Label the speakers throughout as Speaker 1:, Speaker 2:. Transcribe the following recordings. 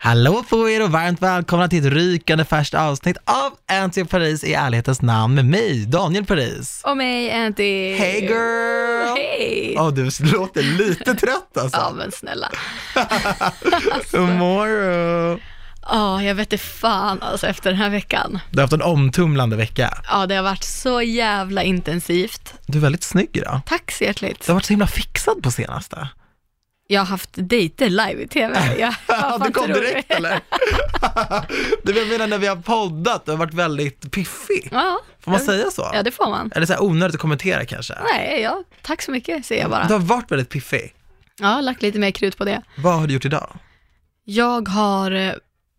Speaker 1: Hallå på er och varmt välkomna till ett rykande färskt avsnitt av Anty Paris i ärlighetens namn med mig, Daniel Paris.
Speaker 2: Och mig, Anty.
Speaker 1: Hey girl!
Speaker 2: Hej!
Speaker 1: Åh, du låter lite trött
Speaker 2: Ja
Speaker 1: alltså.
Speaker 2: men snälla.
Speaker 1: Hur mår du?
Speaker 2: Ja, jag vet inte fan alltså efter den här veckan.
Speaker 1: Du har haft en omtumlande vecka.
Speaker 2: Ja, det har varit så jävla intensivt.
Speaker 1: Du är väldigt snygg idag.
Speaker 2: Tack så hjärtligt.
Speaker 1: Du har varit så himla fixad på senaste.
Speaker 2: Jag har haft dejter live i tv. Jag, vad fan
Speaker 1: du kom
Speaker 2: tror du?
Speaker 1: direkt eller? du, jag menar när vi har poddat, du har varit väldigt piffig.
Speaker 2: Ja,
Speaker 1: Får man
Speaker 2: Ja.
Speaker 1: säga så?
Speaker 2: ja, det får man.
Speaker 1: Eller så här onödigt att kommentera kanske?
Speaker 2: Nej, ja, tack så mycket säger jag bara.
Speaker 1: Du har varit väldigt piffig.
Speaker 2: Ja, lagt lite mer krut på det.
Speaker 1: Vad har du gjort idag?
Speaker 2: Jag har eh,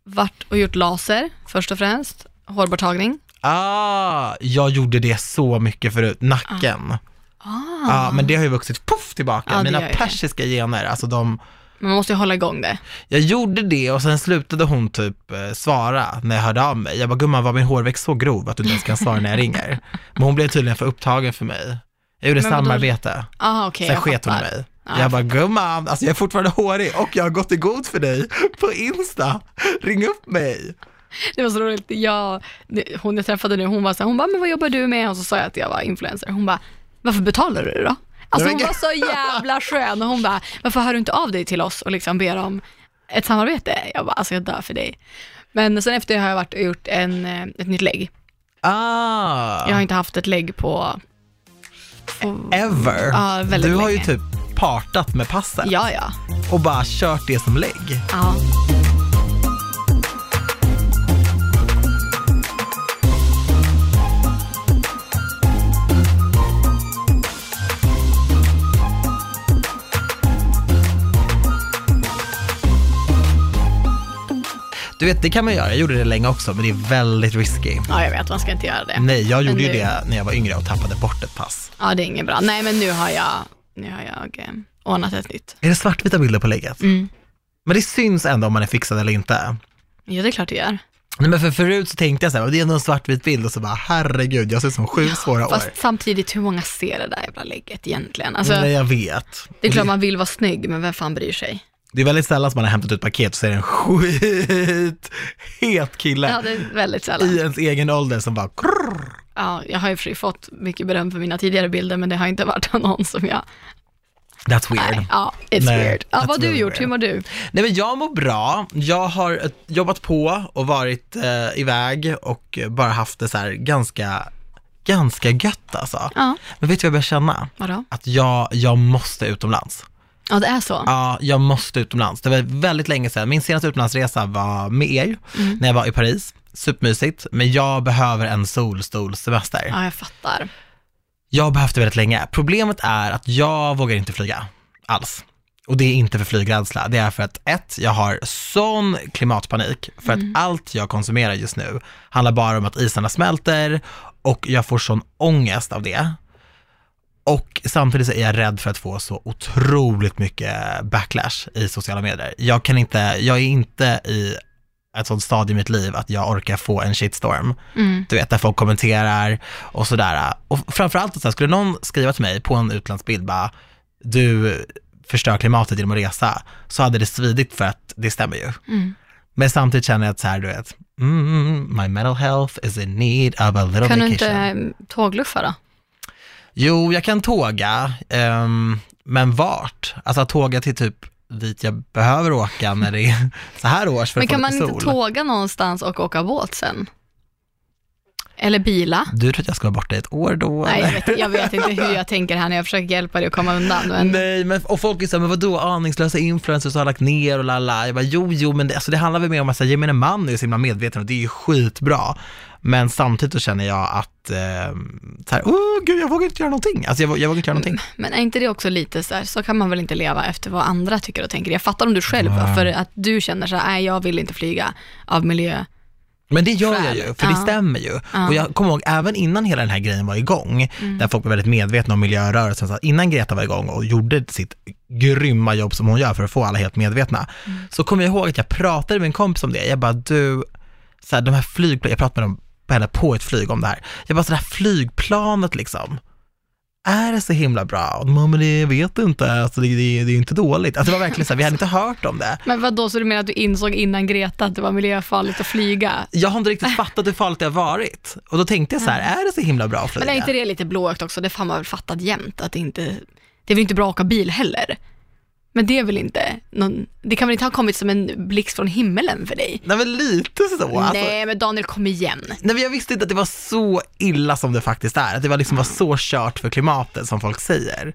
Speaker 2: varit och gjort laser först och främst, hårborttagning.
Speaker 1: Ah, jag gjorde det så mycket förut, nacken.
Speaker 2: Ah,
Speaker 1: Ja, men det har ju vuxit puff tillbaka.
Speaker 2: Ja, det
Speaker 1: Mina
Speaker 2: gör det.
Speaker 1: persiska gener, alltså de,
Speaker 2: Man måste ju hålla igång det.
Speaker 1: jag gjorde det och sen slutade hon typ eh, svara när jag hörde av mig. Jag bara, gumman var min hårväxt så grov att du inte ens kan svara när jag ringer? Men hon blev tydligen för upptagen för mig. Jag gjorde
Speaker 2: Men vadå?
Speaker 1: samarbete,
Speaker 2: Ah, okej,
Speaker 1: sen
Speaker 2: jag
Speaker 1: sket hon i
Speaker 2: fattar.
Speaker 1: mig.
Speaker 2: Ja,
Speaker 1: jag bara, gumman, alltså jag är fortfarande hårig och jag har gått i god för dig på Insta. Ring upp mig.
Speaker 2: Det var så roligt. Jag, det, hon jag träffade nu, hon var så här, hon bara, men vad jobbar du med? Och så sa jag att jag var influencer. Hon bara, varför betalar du då? Alltså hon var så jävla skön och hon bara, varför hör du inte av dig till oss och liksom ber om ett samarbete? Jag bara, alltså jag dör för dig. Men sen efter har jag varit och gjort en, eh, ett nytt lägg.
Speaker 1: Ah.
Speaker 2: Jag har inte haft ett lägg på,
Speaker 1: ever.
Speaker 2: Ja, väldigt
Speaker 1: du har
Speaker 2: länge.
Speaker 1: ju typ partat med passet
Speaker 2: ja ja.
Speaker 1: och bara kört det som lägg.
Speaker 2: ja.
Speaker 1: Du vet, det kan man göra. Jag gjorde det länge också, men det är väldigt risky.
Speaker 2: Ja jag vet, man ska inte göra det.
Speaker 1: Nej, jag gjorde ju
Speaker 2: nu-
Speaker 1: det när jag var yngre och tappade bort ett pass.
Speaker 2: Ja det är inget bra. Nej men nu har jag, nu har jag eh, ordnat ett nytt.
Speaker 1: Är det svartvita bilder på lägget?
Speaker 2: Mm.
Speaker 1: Men det syns ändå om man är fixad eller inte.
Speaker 2: Ja det är klart du gör.
Speaker 1: Nej, men för förut så tänkte jag så här, det är ändå en svartvit bild och så bara, herregud, jag ser ut som sju svåra år.
Speaker 2: Fast samtidigt, hur många ser det där jävla lägget egentligen? Alltså,
Speaker 1: Nej, jag vet.
Speaker 2: det är klart
Speaker 1: det,
Speaker 2: man vill vara snygg, men vem fan bryr sig?
Speaker 1: det är väldigt sällan som man har hämtat ut paket och ser en skit het kille
Speaker 2: Ja, det är väldigt
Speaker 1: i
Speaker 2: sällan.
Speaker 1: ens egen ålder som bara, krrr,
Speaker 2: Ja, jag har ju för sig fått mycket beröm för mina tidigare bilder, men det har inte varit någon som jag...
Speaker 1: that's weird.
Speaker 2: Nej, ja, it's
Speaker 1: Nej,
Speaker 2: weird. Ja,
Speaker 1: that's
Speaker 2: vad har du
Speaker 1: really
Speaker 2: gjort?
Speaker 1: weird.
Speaker 2: Hur mår du?
Speaker 1: Nej men jag mår bra, jag har eh, jobbat på och varit eh, iväg och eh, bara haft det så här ganska, ganska gött alltså.
Speaker 2: Ja,
Speaker 1: Men vet du vad jag börjar känna?
Speaker 2: vadå?
Speaker 1: Att jag, jag måste utomlands.
Speaker 2: Ja, det är så.
Speaker 1: Ja, jag måste utomlands. Det var väldigt länge sedan, min senaste utlandsresa var med er, när jag var i Paris. Supermysigt, men jag behöver en solstolssemester.
Speaker 2: Ja, jag fattar.
Speaker 1: Jag har behövt det väldigt länge. Problemet är att jag vågar inte flyga alls. Och det är inte för flygrädsla, det är för att ett, jag har sån klimatpanik för att allt jag konsumerar just nu handlar bara om att isarna smälter och jag får sån ångest av det. Och samtidigt så är jag rädd för att få så otroligt mycket backlash i sociala medier. Jag kan inte, jag är inte i ett sånt stadie i mitt liv att jag orkar få en shitstorm
Speaker 2: Mm.
Speaker 1: du vet, där folk kommenterar och sådär. Och framförallt, så här, skulle någon skriva till mig på en utlandsbild, bara, du förstör klimatet genom att resa, så hade det svidit för att det stämmer ju.
Speaker 2: Mm.
Speaker 1: Men samtidigt känner jag att så här, du vet, mm, my mental health is in need of a little
Speaker 2: Kan du
Speaker 1: vacation.
Speaker 2: inte eh, tågluffa då?
Speaker 1: Jo, jag kan tåga, ehm, men vart? Alltså att tåga till typ dit jag behöver åka när det är så här års för
Speaker 2: Men
Speaker 1: att få
Speaker 2: kan man
Speaker 1: lite
Speaker 2: inte
Speaker 1: sol.
Speaker 2: tåga någonstans och åka båt sen? Eller bila?
Speaker 1: du tror att jag ska vara borta i ett år då?
Speaker 2: Nej,
Speaker 1: eller?
Speaker 2: jag vet, jag vet inte hur jag tänker här när jag försöker hjälpa dig att komma undan. Men...
Speaker 1: Nej, men, och folk är såhär, men vadå aningslösa influencers har lagt ner och lala. Jag bara, jo, jo, men det, alltså, det handlar väl mer om att säga, gemene man är ju så himla medveten och det är ju skitbra. Men samtidigt så känner jag att, eh, såhär, oh, gud, jag vågar inte göra någonting. Alltså jag, vå- jag vågar inte göra någonting.
Speaker 2: Men är inte det också lite så här, så kan man väl inte leva efter vad andra tycker och tänker. Jag fattar om du själv, för att du känner så här, nej jag vill inte flyga av miljö.
Speaker 1: Men det gör jag
Speaker 2: Skäl.
Speaker 1: ju, för det
Speaker 2: Ja.
Speaker 1: stämmer ju.
Speaker 2: Ja. Mm.
Speaker 1: Och jag kommer ihåg, även innan hela den här grejen var igång, där folk var väldigt medvetna om miljörörelsen, så att innan Greta var igång och gjorde sitt grymma jobb som hon gör för att få alla helt medvetna,
Speaker 2: Mm.
Speaker 1: så kommer jag ihåg att jag pratade med en kompis om det. Jag bara, du, så här, de här flygplanen, jag pratade med dem, henne på ett flyg om det här. Jag bara, så det här flygplanet liksom, är det så himla bra? Och de bara, men det vet du inte, alltså, det, det, det är inte dåligt. Alltså, det var verkligen så här, vi hade inte hört om det.
Speaker 2: Men vad då så du menar att du insåg innan Greta att det var miljöfarligt att flyga?
Speaker 1: Jag har inte riktigt fattat hur farligt det har varit. Och då tänkte jag så här, är det så himla bra att flyga?
Speaker 2: Men är inte det lite blåögt också? Det har man väl fattat jämt att det inte, det är väl inte bra att åka bil heller? Men det är väl inte någon, det kan väl inte ha kommit som en blixt från himmelen för dig?
Speaker 1: Nej men lite så. Alltså,
Speaker 2: Nej, men Daniel kom igen.
Speaker 1: Nej, men jag visste inte att det var så illa som det faktiskt är, att det var, liksom var så kört för klimatet som folk säger.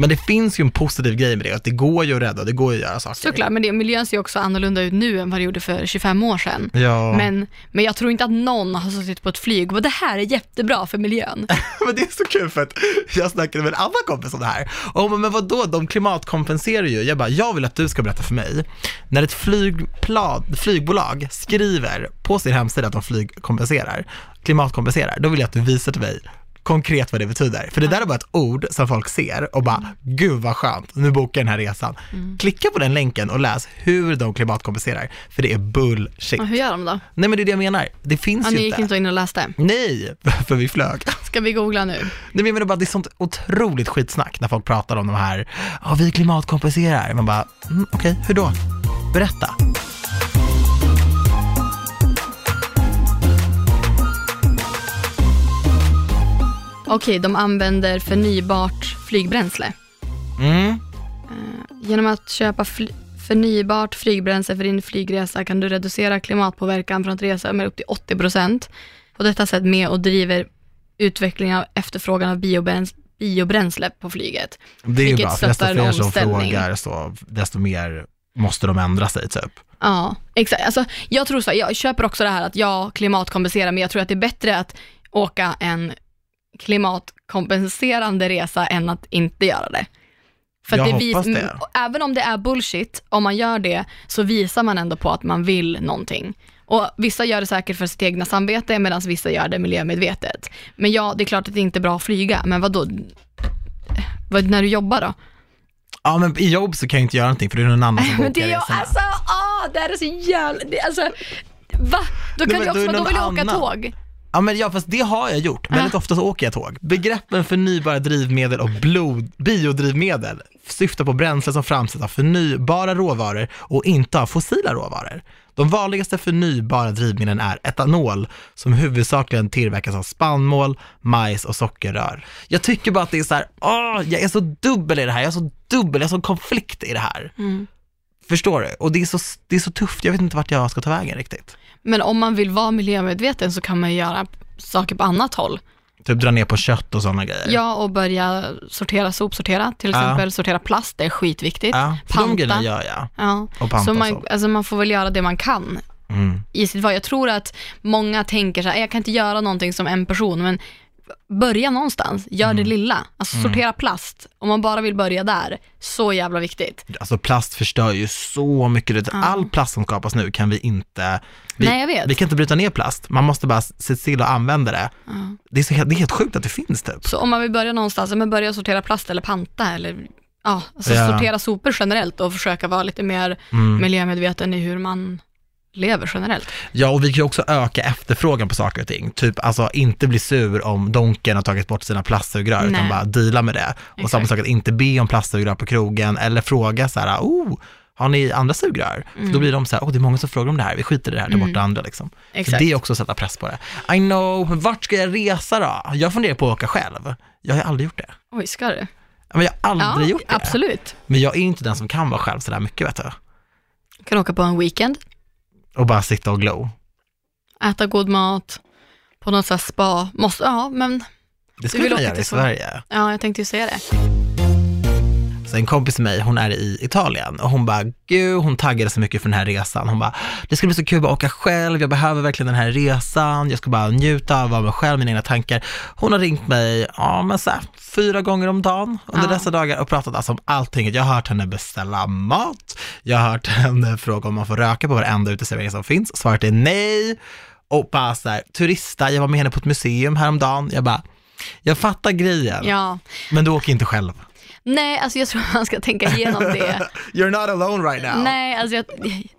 Speaker 1: Men det finns ju en positiv grej med det, att det går ju att rädda, det går ju att göra saker.
Speaker 2: Såklart, men det, miljön ser ju också annorlunda ut nu än vad det gjorde för 25 år sedan.
Speaker 1: Ja, men...
Speaker 2: Men, men jag tror inte att någon har suttit på ett flyg och bara, det här är jättebra för miljön.
Speaker 1: det är så kul för att jag snackade med en annan kompis om det här. Och hon bara, men vadå, de klimatkompenserar ju. Jag bara, jag vill att du ska berätta för mig. När ett flygplan, flygbolag skriver på sin hemsida att de flygkompenserar, klimatkompenserar, då vill jag att du visar till mig konkret vad det betyder. För det där är bara ett ord som folk ser och bara, gud vad skönt, nu bokar jag den här resan.
Speaker 2: Mm.
Speaker 1: Klicka på den länken och läs hur de klimatkompenserar, för det är bullshit.
Speaker 2: Ja, Hur gör de då?
Speaker 1: Nej men det är det jag menar, det finns
Speaker 2: Ah. Ja,
Speaker 1: ju
Speaker 2: ni gick
Speaker 1: inte.
Speaker 2: inte in och läste.
Speaker 1: Nej, för vi flög.
Speaker 2: Ska vi googla nu?
Speaker 1: Nej men jag menar bara, det är sånt otroligt skitsnack när folk pratar om de här, ja vi klimatkompenserar. Man bara, mm, okej, hur då? Berätta.
Speaker 2: Okej, de använder förnybart flygbränsle.
Speaker 1: Mm.
Speaker 2: Genom att köpa fly- förnybart flygbränsle för din flygresa kan du reducera klimatpåverkan från att resa med upp till 80 procent. På detta sätt med och driver utvecklingen av efterfrågan av biobräns- biobränsle på flyget.
Speaker 1: Det är ju
Speaker 2: Vilket
Speaker 1: bra, för desto
Speaker 2: stöttar
Speaker 1: fler som
Speaker 2: omställning.
Speaker 1: frågar, så, desto mer måste de ändra sig typ.
Speaker 2: Ja, exakt. Alltså, jag tror så, här, jag köper också det här att jag klimatkompenserar, men jag tror att det är bättre att åka en klimatkompenserande resa än att inte göra det. att
Speaker 1: Jag hoppas
Speaker 2: vis-
Speaker 1: det.
Speaker 2: Även om det är bullshit, om man gör det, så visar man ändå på att man vill någonting. Och vissa gör det säkert för sitt egna samvete, medan vissa gör det miljömedvetet. Men ja, det är klart att det inte är bra att flyga, men vadå? Vad, när du jobbar då?
Speaker 1: Ja men i jobb så kan jag inte göra någonting, för det är någon annan som bokar
Speaker 2: Men det är ju,
Speaker 1: resorna.
Speaker 2: alltså, ah, det här är så jävla, det, alltså, va? Då
Speaker 1: men
Speaker 2: kan
Speaker 1: då
Speaker 2: du
Speaker 1: är
Speaker 2: också,
Speaker 1: det
Speaker 2: men då
Speaker 1: någon
Speaker 2: vill jag åka
Speaker 1: annan.
Speaker 2: tåg.
Speaker 1: Ja men ja, fast det har jag gjort. Väldigt ofta så åker jag tåg. Begreppen förnybara drivmedel och blod, biodrivmedel syftar på bränsle som framställs av förnybara råvaror och inte av fossila råvaror. De vanligaste förnybara drivmedlen är etanol, som huvudsakligen tillverkas av spannmål, majs och sockerrör. Jag tycker bara att det är så här, åh, jag är så dubbel i det här, jag är så dubbel, jag är så konflikt i det här. Förstår du? Och det är, så, det är så tufft, jag vet inte vart jag ska ta vägen riktigt.
Speaker 2: Men om man vill vara miljömedveten så kan man ju göra saker på annat håll.
Speaker 1: Typ dra ner på kött och sådana grejer.
Speaker 2: Ja, och börja sortera, sopsortera, till
Speaker 1: Ja.
Speaker 2: exempel sortera plast, det är skitviktigt.
Speaker 1: Ja, för de
Speaker 2: Panta.
Speaker 1: grejerna gör jag.
Speaker 2: Ja.
Speaker 1: Och panta
Speaker 2: så man,
Speaker 1: så.
Speaker 2: alltså man får väl göra det man kan
Speaker 1: Mm.
Speaker 2: i sitt val. Jag tror att många tänker så här, jag kan inte göra någonting som en person, men börja någonstans, gör
Speaker 1: Mm.
Speaker 2: det lilla. Alltså sortera plast, om man bara vill börja där, så jävla viktigt.
Speaker 1: Alltså plast förstör ju så mycket. Du vet, All plast som skapas nu kan vi inte, vi,
Speaker 2: Nej, jag vet.
Speaker 1: vi kan inte bryta ner plast. Man måste bara se till att använda det. Det, är så, det är helt sjukt att det finns typ.
Speaker 2: Så om man vill börja någonstans, ja, men börja sortera plast eller panta eller ja, alltså
Speaker 1: Ja. Mm.
Speaker 2: sortera sopor generellt och försöka vara lite mer miljömedveten i hur man lever generellt.
Speaker 1: Ja, och vi kan ju också öka efterfrågan på saker och ting. Typ, alltså inte bli sur om Donken har tagit bort sina plastsugrör, utan
Speaker 2: Nej.
Speaker 1: bara deala med det. Och samma
Speaker 2: Exakt.
Speaker 1: sak att inte be om plastsugrör på krogen, eller fråga så här, oh, har ni andra sugrör? För
Speaker 2: Mm.
Speaker 1: då blir de så här, oh, det är många som frågar om det här, vi skiter i det här, ta bort det andra liksom. Så
Speaker 2: Exakt.
Speaker 1: det är också att sätta press på det. I know, men vart ska jag resa då? Jag funderar på att åka själv. Jag har aldrig gjort det.
Speaker 2: Oj, ska du?
Speaker 1: Men jag har aldrig gjort det.
Speaker 2: absolut.
Speaker 1: Men jag är inte den som kan vara själv sådär mycket vet du.
Speaker 2: Kan åka på en weekend,
Speaker 1: Och bara sitta och glo.
Speaker 2: äta god mat, på något så här spa. Måste, ja, men
Speaker 1: Det skulle
Speaker 2: vill
Speaker 1: jag
Speaker 2: åka
Speaker 1: göra
Speaker 2: till
Speaker 1: i
Speaker 2: så-
Speaker 1: Sverige.
Speaker 2: ja, jag tänkte ju säga det.
Speaker 1: Så en kompis till mig, hon är i Italien och hon bara, gud, hon taggade så mycket för den här resan. Hon bara, det ska bli så kul att åka själv, jag behöver verkligen den här resan, jag ska bara njuta av att vara mig själv, mina egna tankar. Hon har ringt mig, ja men så här, fyra gånger om dagen under
Speaker 2: Ja.
Speaker 1: dessa dagar och pratat alltså om allting. Jag har hört henne beställa mat, jag har hört henne fråga om man får röka på varenda uteservering som finns. Svaret är nej. Och bara så här, turista, jag var med henne på ett museum häromdagen, jag bara, jag fattar grejen,
Speaker 2: Ja.
Speaker 1: men du åker inte själv.
Speaker 2: Nej, alltså jag tror man ska tänka igenom det.
Speaker 1: You're not alone right now.
Speaker 2: Nej, alltså jag,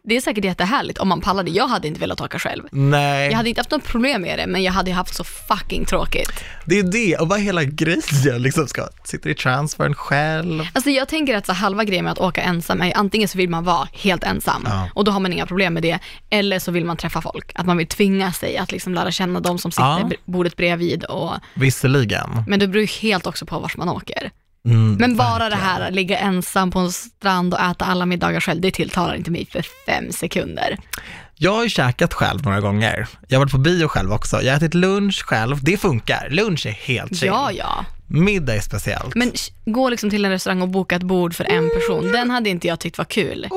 Speaker 2: det är säkert jättehärligt om man pallade. Jag hade inte velat åka själv.
Speaker 1: Nej.
Speaker 2: Jag hade inte haft något problem med det, men jag hade haft så fucking tråkigt.
Speaker 1: Det är det, och vad hela grejen liksom ska, sitter i transfern själv.
Speaker 2: Alltså jag tänker att så halva grejen med att åka ensam är antingen så vill man vara helt ensam
Speaker 1: Ja.
Speaker 2: och då har man inga problem med det, eller så vill man träffa folk. Att man vill tvinga sig att liksom lära känna de som sitter
Speaker 1: Ja.
Speaker 2: br- bordet bredvid. Och,
Speaker 1: Visserligen.
Speaker 2: men det beror ju helt också på vart man åker.
Speaker 1: Mm,
Speaker 2: Men bara det
Speaker 1: verkligen.
Speaker 2: här att ligga ensam på en strand och äta alla middagar själv, det tilltalar inte mig för fem sekunder.
Speaker 1: Jag har ju käkat själv några gånger. Jag har varit på bio själv också. Jag har ätit lunch själv. Det funkar. Lunch är helt chill.
Speaker 2: Ja, ja.
Speaker 1: Middag är speciellt.
Speaker 2: Men sh- gå liksom till en restaurang och boka ett bord för en
Speaker 1: Mm.
Speaker 2: person, den hade inte jag tyckt var kul.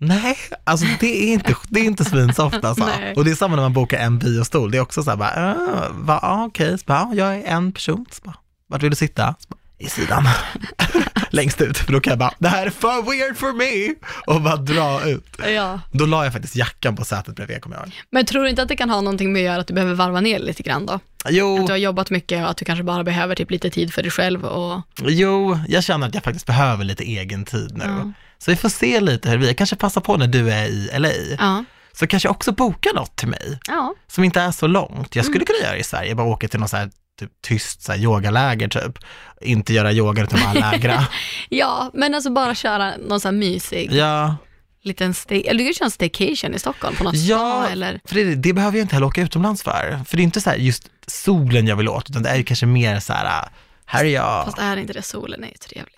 Speaker 1: Nej, alltså det är inte, det är inte svinsoft alltså.
Speaker 2: Nej.
Speaker 1: Och det är samma när man bokar en biostol. Det är också så här bara, äh, va, ja, okej, Så bara, ja, jag är en person. Så bara, vart vill du sitta? Så bara, I sidan. Längst ut, för då kan jag bara, det här är för weird for me! Och bara dra ut.
Speaker 2: Ja.
Speaker 1: Då la jag faktiskt jackan på sätet bredvid, kommer jag ihåg.
Speaker 2: Men tror du inte att det kan ha någonting med att göra att du behöver varva ner lite grann då? Att
Speaker 1: Jo,
Speaker 2: du har jobbat mycket och att du kanske bara behöver typ lite tid för dig själv och...
Speaker 1: jo, jag känner att jag faktiskt behöver lite egen tid nu.
Speaker 2: Ja.
Speaker 1: Så vi får se lite hur vi, jag kanske passar på när du är i LA,
Speaker 2: Ja.
Speaker 1: så kanske jag också bokar något till mig.
Speaker 2: ja.
Speaker 1: som inte är så långt. Jag skulle
Speaker 2: Mm.
Speaker 1: kunna göra det i Sverige, bara åka till något så här typ, tyst så här, yogaläger typ. Inte göra yoga utan bara lägra.
Speaker 2: Ja, men alltså bara köra någon sån här mysig
Speaker 1: ja,
Speaker 2: liten stay... Eller du kan köra en staycation i Stockholm på något
Speaker 1: ja
Speaker 2: spa eller...
Speaker 1: för det, det behöver jag inte heller åka utomlands för. För det är inte så här just solen jag vill åt, utan det är ju kanske mer så här, äh, här är jag.
Speaker 2: Fast är inte det solen är ju trevlig.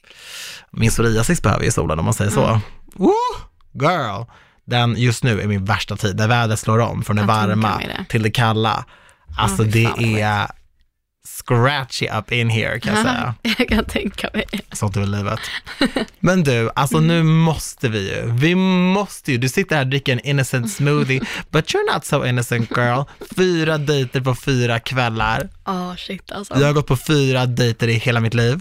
Speaker 1: Min psoriasis behöver ju solen om man säger så.
Speaker 2: Mm.
Speaker 1: Woo, girl! Den just nu är min värsta tid, när vädret slår om från det
Speaker 2: Jag tänker
Speaker 1: varma
Speaker 2: mig det.
Speaker 1: till det kalla. Alltså
Speaker 2: fy
Speaker 1: det
Speaker 2: fan, vad
Speaker 1: är scratchy up in here kan jag säga.
Speaker 2: jag kan tänka mig.
Speaker 1: Sånt är väl livet. Men du, alltså nu
Speaker 2: Mm.
Speaker 1: måste vi ju. Vi måste ju. Du sitter här och dricker en innocent smoothie, but you're not so innocent girl. Fyra dejter på fyra kvällar.
Speaker 2: Ja, shit alltså.
Speaker 1: Jag har gått på fyra dejter i hela mitt liv.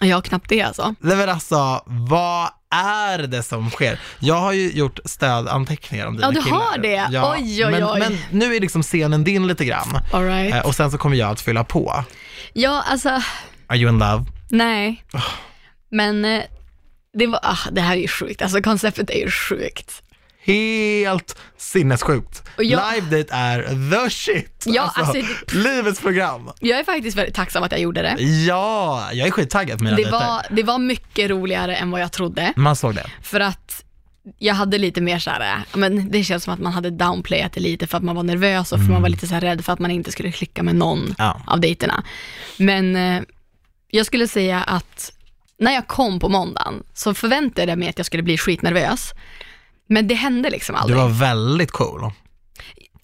Speaker 2: Jag har knappt det alltså.
Speaker 1: Nej men alltså, vad är det som sker? Jag har ju gjort stödanteckningar om dina
Speaker 2: Ja, du
Speaker 1: killar.
Speaker 2: har det. Oj, oj,
Speaker 1: men,
Speaker 2: oj.
Speaker 1: Men nu är liksom scenen din lite grann.
Speaker 2: All right.
Speaker 1: Eh, Och sen så kommer jag att fylla på.
Speaker 2: Ja, alltså,
Speaker 1: Are you in love?
Speaker 2: nej. Men eh, det var, ah, det här är ju sjukt, alltså konceptet är ju sjukt.
Speaker 1: helt sinnessjukt.
Speaker 2: Och jag-
Speaker 1: Live date är the shit.
Speaker 2: Ja, alltså,
Speaker 1: livets program.
Speaker 2: Jag är faktiskt väldigt tacksam att jag gjorde det.
Speaker 1: Ja, jag är skittaggad på mina
Speaker 2: Det
Speaker 1: dejter.
Speaker 2: var, det var mycket roligare än vad jag trodde,
Speaker 1: Man såg det.
Speaker 2: för att jag hade lite mer så här, ja, men det känns som att man hade downplayat det lite för att man var nervös och för man var lite så här rädd för att man inte skulle klicka med någon
Speaker 1: Mm. Ja.
Speaker 2: av dejterna. Men eh, jag skulle säga att när jag kom på måndagen så förväntade jag mig att jag skulle bli skitnervös. Men det hände liksom
Speaker 1: Du
Speaker 2: aldrig.
Speaker 1: var väldigt cool.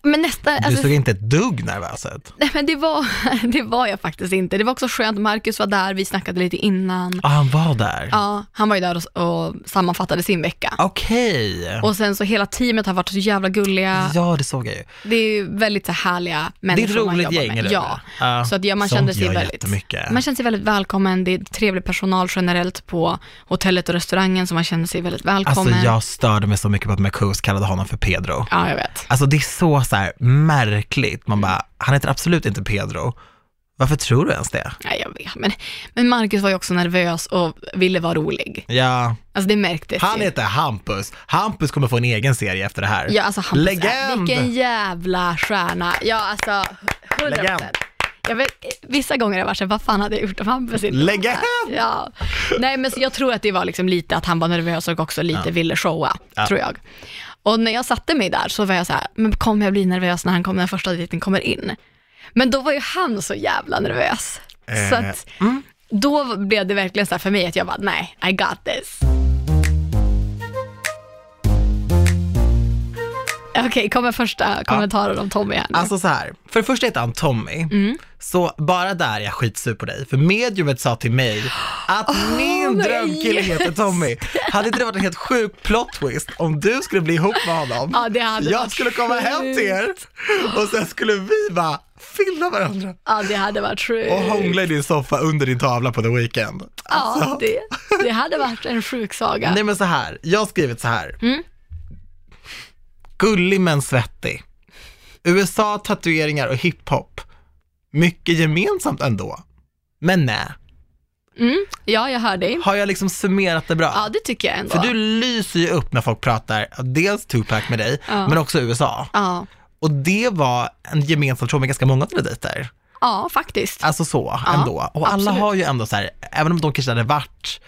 Speaker 2: Men nästa,
Speaker 1: Du
Speaker 2: alltså,
Speaker 1: såg inte ett dugg nervös ut.
Speaker 2: nej, men det, var, det var jag faktiskt inte. Det var också skönt, Marcus var där, vi snackade lite innan.
Speaker 1: Ah, han var där.
Speaker 2: Ja, han var ju där och, och sammanfattade sin vecka.
Speaker 1: Okej.
Speaker 2: Och sen så hela teamet har varit så jävla gulliga.
Speaker 1: Ja, det såg jag ju.
Speaker 2: Det är ju väldigt så här härliga
Speaker 1: Det är
Speaker 2: människor
Speaker 1: ett
Speaker 2: man
Speaker 1: roligt
Speaker 2: jobbar
Speaker 1: gäng,
Speaker 2: med.
Speaker 1: eller hur?
Speaker 2: Ja. Så att ja, man
Speaker 1: sånt
Speaker 2: kände sig
Speaker 1: gör
Speaker 2: väldigt,
Speaker 1: jättemycket.
Speaker 2: man kände sig väldigt välkommen. Det är trevlig personal generellt på hotellet och restaurangen, så man kände sig väldigt
Speaker 1: Alltså
Speaker 2: välkommen.
Speaker 1: jag störde mig så mycket på att Mercos kallade honom för Pedro.
Speaker 2: Ja, jag vet.
Speaker 1: Alltså det är så, så här märkligt. Man bara, han heter absolut inte Pedro. Varför tror du ens det?
Speaker 2: Nej, jag vet. Men, men Marcus var ju också nervös och ville vara rolig.
Speaker 1: Ja,
Speaker 2: Alltså det märktes
Speaker 1: Han
Speaker 2: ju.
Speaker 1: heter Hampus. Hampus kommer få en egen serie efter det här.
Speaker 2: Ja, alltså han
Speaker 1: Legend!
Speaker 2: Vilken jävla stjärna. Ja, alltså 100%.
Speaker 1: Legend.
Speaker 2: Jag vet, vissa gånger har jag varit såhär, vad fan hade jag gjort om Hampus inte var
Speaker 1: Legend!
Speaker 2: här? Ja. Nej, men så jag tror att det var liksom lite att han var nervös och också lite ville showa,
Speaker 1: Ja.
Speaker 2: tror jag. Och när jag satte mig där så var jag så här, men kommer jag bli nervös när han kommer, när första dejten kommer in? Men då var ju han så jävla nervös. Så
Speaker 1: Eh,
Speaker 2: att, då blev det verkligen så här för mig att jag bara, nej, I got this. Okej, kommer första kommentaren om Tommy här nu.
Speaker 1: Alltså så här, för det första heter han Tommy.
Speaker 2: Mm.
Speaker 1: Så bara där är jag skitsur på dig, för mediumet sa till mig att min
Speaker 2: nej,
Speaker 1: drömkille
Speaker 2: just
Speaker 1: heter Tommy. Hade inte det varit en helt sjuk plot twist om du skulle bli ihop med honom?
Speaker 2: Ja, det hade
Speaker 1: jag
Speaker 2: varit
Speaker 1: skulle komma hem till er och sen skulle vi bara fylla varandra
Speaker 2: ja, det hade varit sjukt.
Speaker 1: och hångla i din soffa under din tavla på The Weeknd.
Speaker 2: Ja, det, det hade varit en sjuk saga.
Speaker 1: alltså? Nej men så här, jag har skrivit så här.
Speaker 2: Mm.
Speaker 1: Gullig men svettig. USA, tatueringar och hiphop. Mycket gemensamt ändå. Men nej.
Speaker 2: Mm, ja, jag hör dig.
Speaker 1: Har jag liksom summerat det bra?
Speaker 2: Ja, det tycker jag ändå.
Speaker 1: För du lyser ju upp när folk pratar, dels Tupac med dig,
Speaker 2: Ja.
Speaker 1: men också USA.
Speaker 2: Ja.
Speaker 1: Och det var en gemensam tråd med ganska många av dina dejter.
Speaker 2: ja, faktiskt.
Speaker 1: Alltså så,
Speaker 2: Ja,
Speaker 1: ändå. Och alla
Speaker 2: absolut.
Speaker 1: har ju ändå så här, även om de kanske hade varit,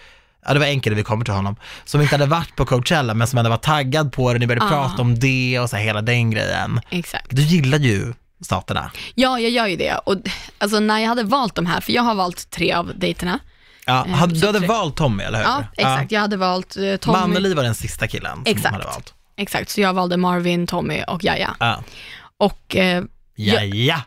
Speaker 1: ja det var enkel vi kommer till honom, som inte hade varit på Coachella men som ändå var taggad på det, ni började
Speaker 2: Ja.
Speaker 1: prata om det och så här, hela den grejen.
Speaker 2: Exakt.
Speaker 1: Du gillar ju staterna.
Speaker 2: Ja, jag gör ju det. Och, alltså, när jag hade valt de här, för jag har valt tre av dejterna.
Speaker 1: Ja, hade-
Speaker 2: så
Speaker 1: du hade
Speaker 2: tre-
Speaker 1: valt Tommy, eller hur?
Speaker 2: Eh, Ja, exakt. Jag hade valt eh, Tommy.
Speaker 1: Manneli var den sista killen som
Speaker 2: Exakt.
Speaker 1: hon hade valt.
Speaker 2: Exakt, så jag valde Marvin, Tommy och Jaja.
Speaker 1: Ja.
Speaker 2: Och eh,
Speaker 1: Ja, ja.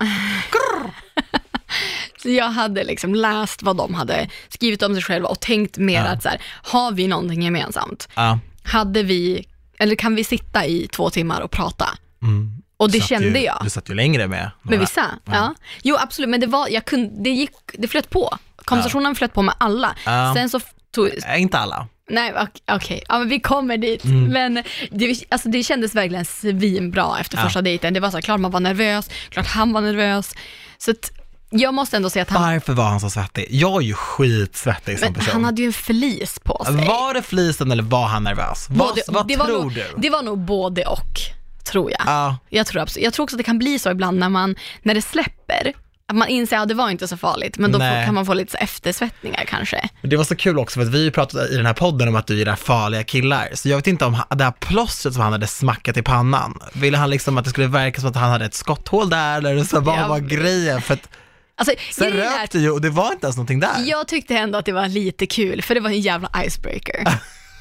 Speaker 2: så jag hade liksom läst vad de hade skrivit om sig själva och tänkt mer
Speaker 1: Ja.
Speaker 2: att så här, har vi någonting gemensamt?
Speaker 1: ja.
Speaker 2: Hade vi, eller kan vi sitta i två timmar och prata?
Speaker 1: Mm.
Speaker 2: Och det
Speaker 1: Du satt
Speaker 2: kände
Speaker 1: ju,
Speaker 2: jag.
Speaker 1: Du satt ju längre med.
Speaker 2: Med
Speaker 1: några.
Speaker 2: vissa? Ja. Jo absolut, men det, var, jag kunde, det, gick, det flöt på. Konversationen flöt på med alla.
Speaker 1: Ja.
Speaker 2: Sen så f- tog,
Speaker 1: Nej, inte alla.
Speaker 2: nej ok- okej, ja, men vi kommer dit.
Speaker 1: Mm.
Speaker 2: Men det, alltså, det kändes verkligen svinbra efter
Speaker 1: Ja.
Speaker 2: första dejten. Det var så här, klart man var nervös, klart han var nervös. Så att, jag måste ändå säga att han,
Speaker 1: Varför var han så svettig? Jag är ju skitsvettig som
Speaker 2: men,
Speaker 1: person.
Speaker 2: han hade ju en flis på sig.
Speaker 1: Var det flisen eller var han nervös?
Speaker 2: Både-
Speaker 1: Alltså, vad vad
Speaker 2: det var
Speaker 1: tror
Speaker 2: nog,
Speaker 1: du? Ah.
Speaker 2: Det var nog både och, tror jag.
Speaker 1: Ja,
Speaker 2: Jag tror, absolut, jag tror också att det kan bli så ibland när, man, när det släpper, att man inser att det var inte så farligt, men då
Speaker 1: Nej.
Speaker 2: får, kan man få lite så eftersvettningar kanske.
Speaker 1: det var så kul också för att vi har ju pratat i den här podden om att du gillar farliga killar. Så jag vet inte om han- det här plåstret som han hade smackat i pannan, ville han liksom att det skulle verka som att han hade ett skotthål där eller så vad
Speaker 2: Jag
Speaker 1: var
Speaker 2: vet.
Speaker 1: grejen? För att
Speaker 2: Alltså,
Speaker 1: sen
Speaker 2: grejen är
Speaker 1: röp du ju och det var inte ens någonting där.
Speaker 2: att jag tyckte ändå att det var lite kul, för det var en jävla icebreaker.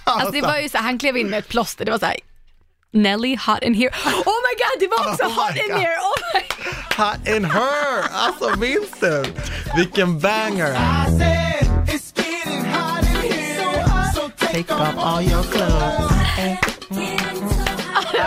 Speaker 2: Alltså, det var ju så här, han klev in med ett plåster, det var så här, Nelly hot in here. Oh my god, det var också
Speaker 1: Oh my
Speaker 2: hot in
Speaker 1: God.
Speaker 2: here! Oh my
Speaker 1: Hot in her! Alltså minns du? Vilken banger!
Speaker 3: I said it's getting hot in here, so take
Speaker 1: Take
Speaker 3: off
Speaker 1: off all your clothes.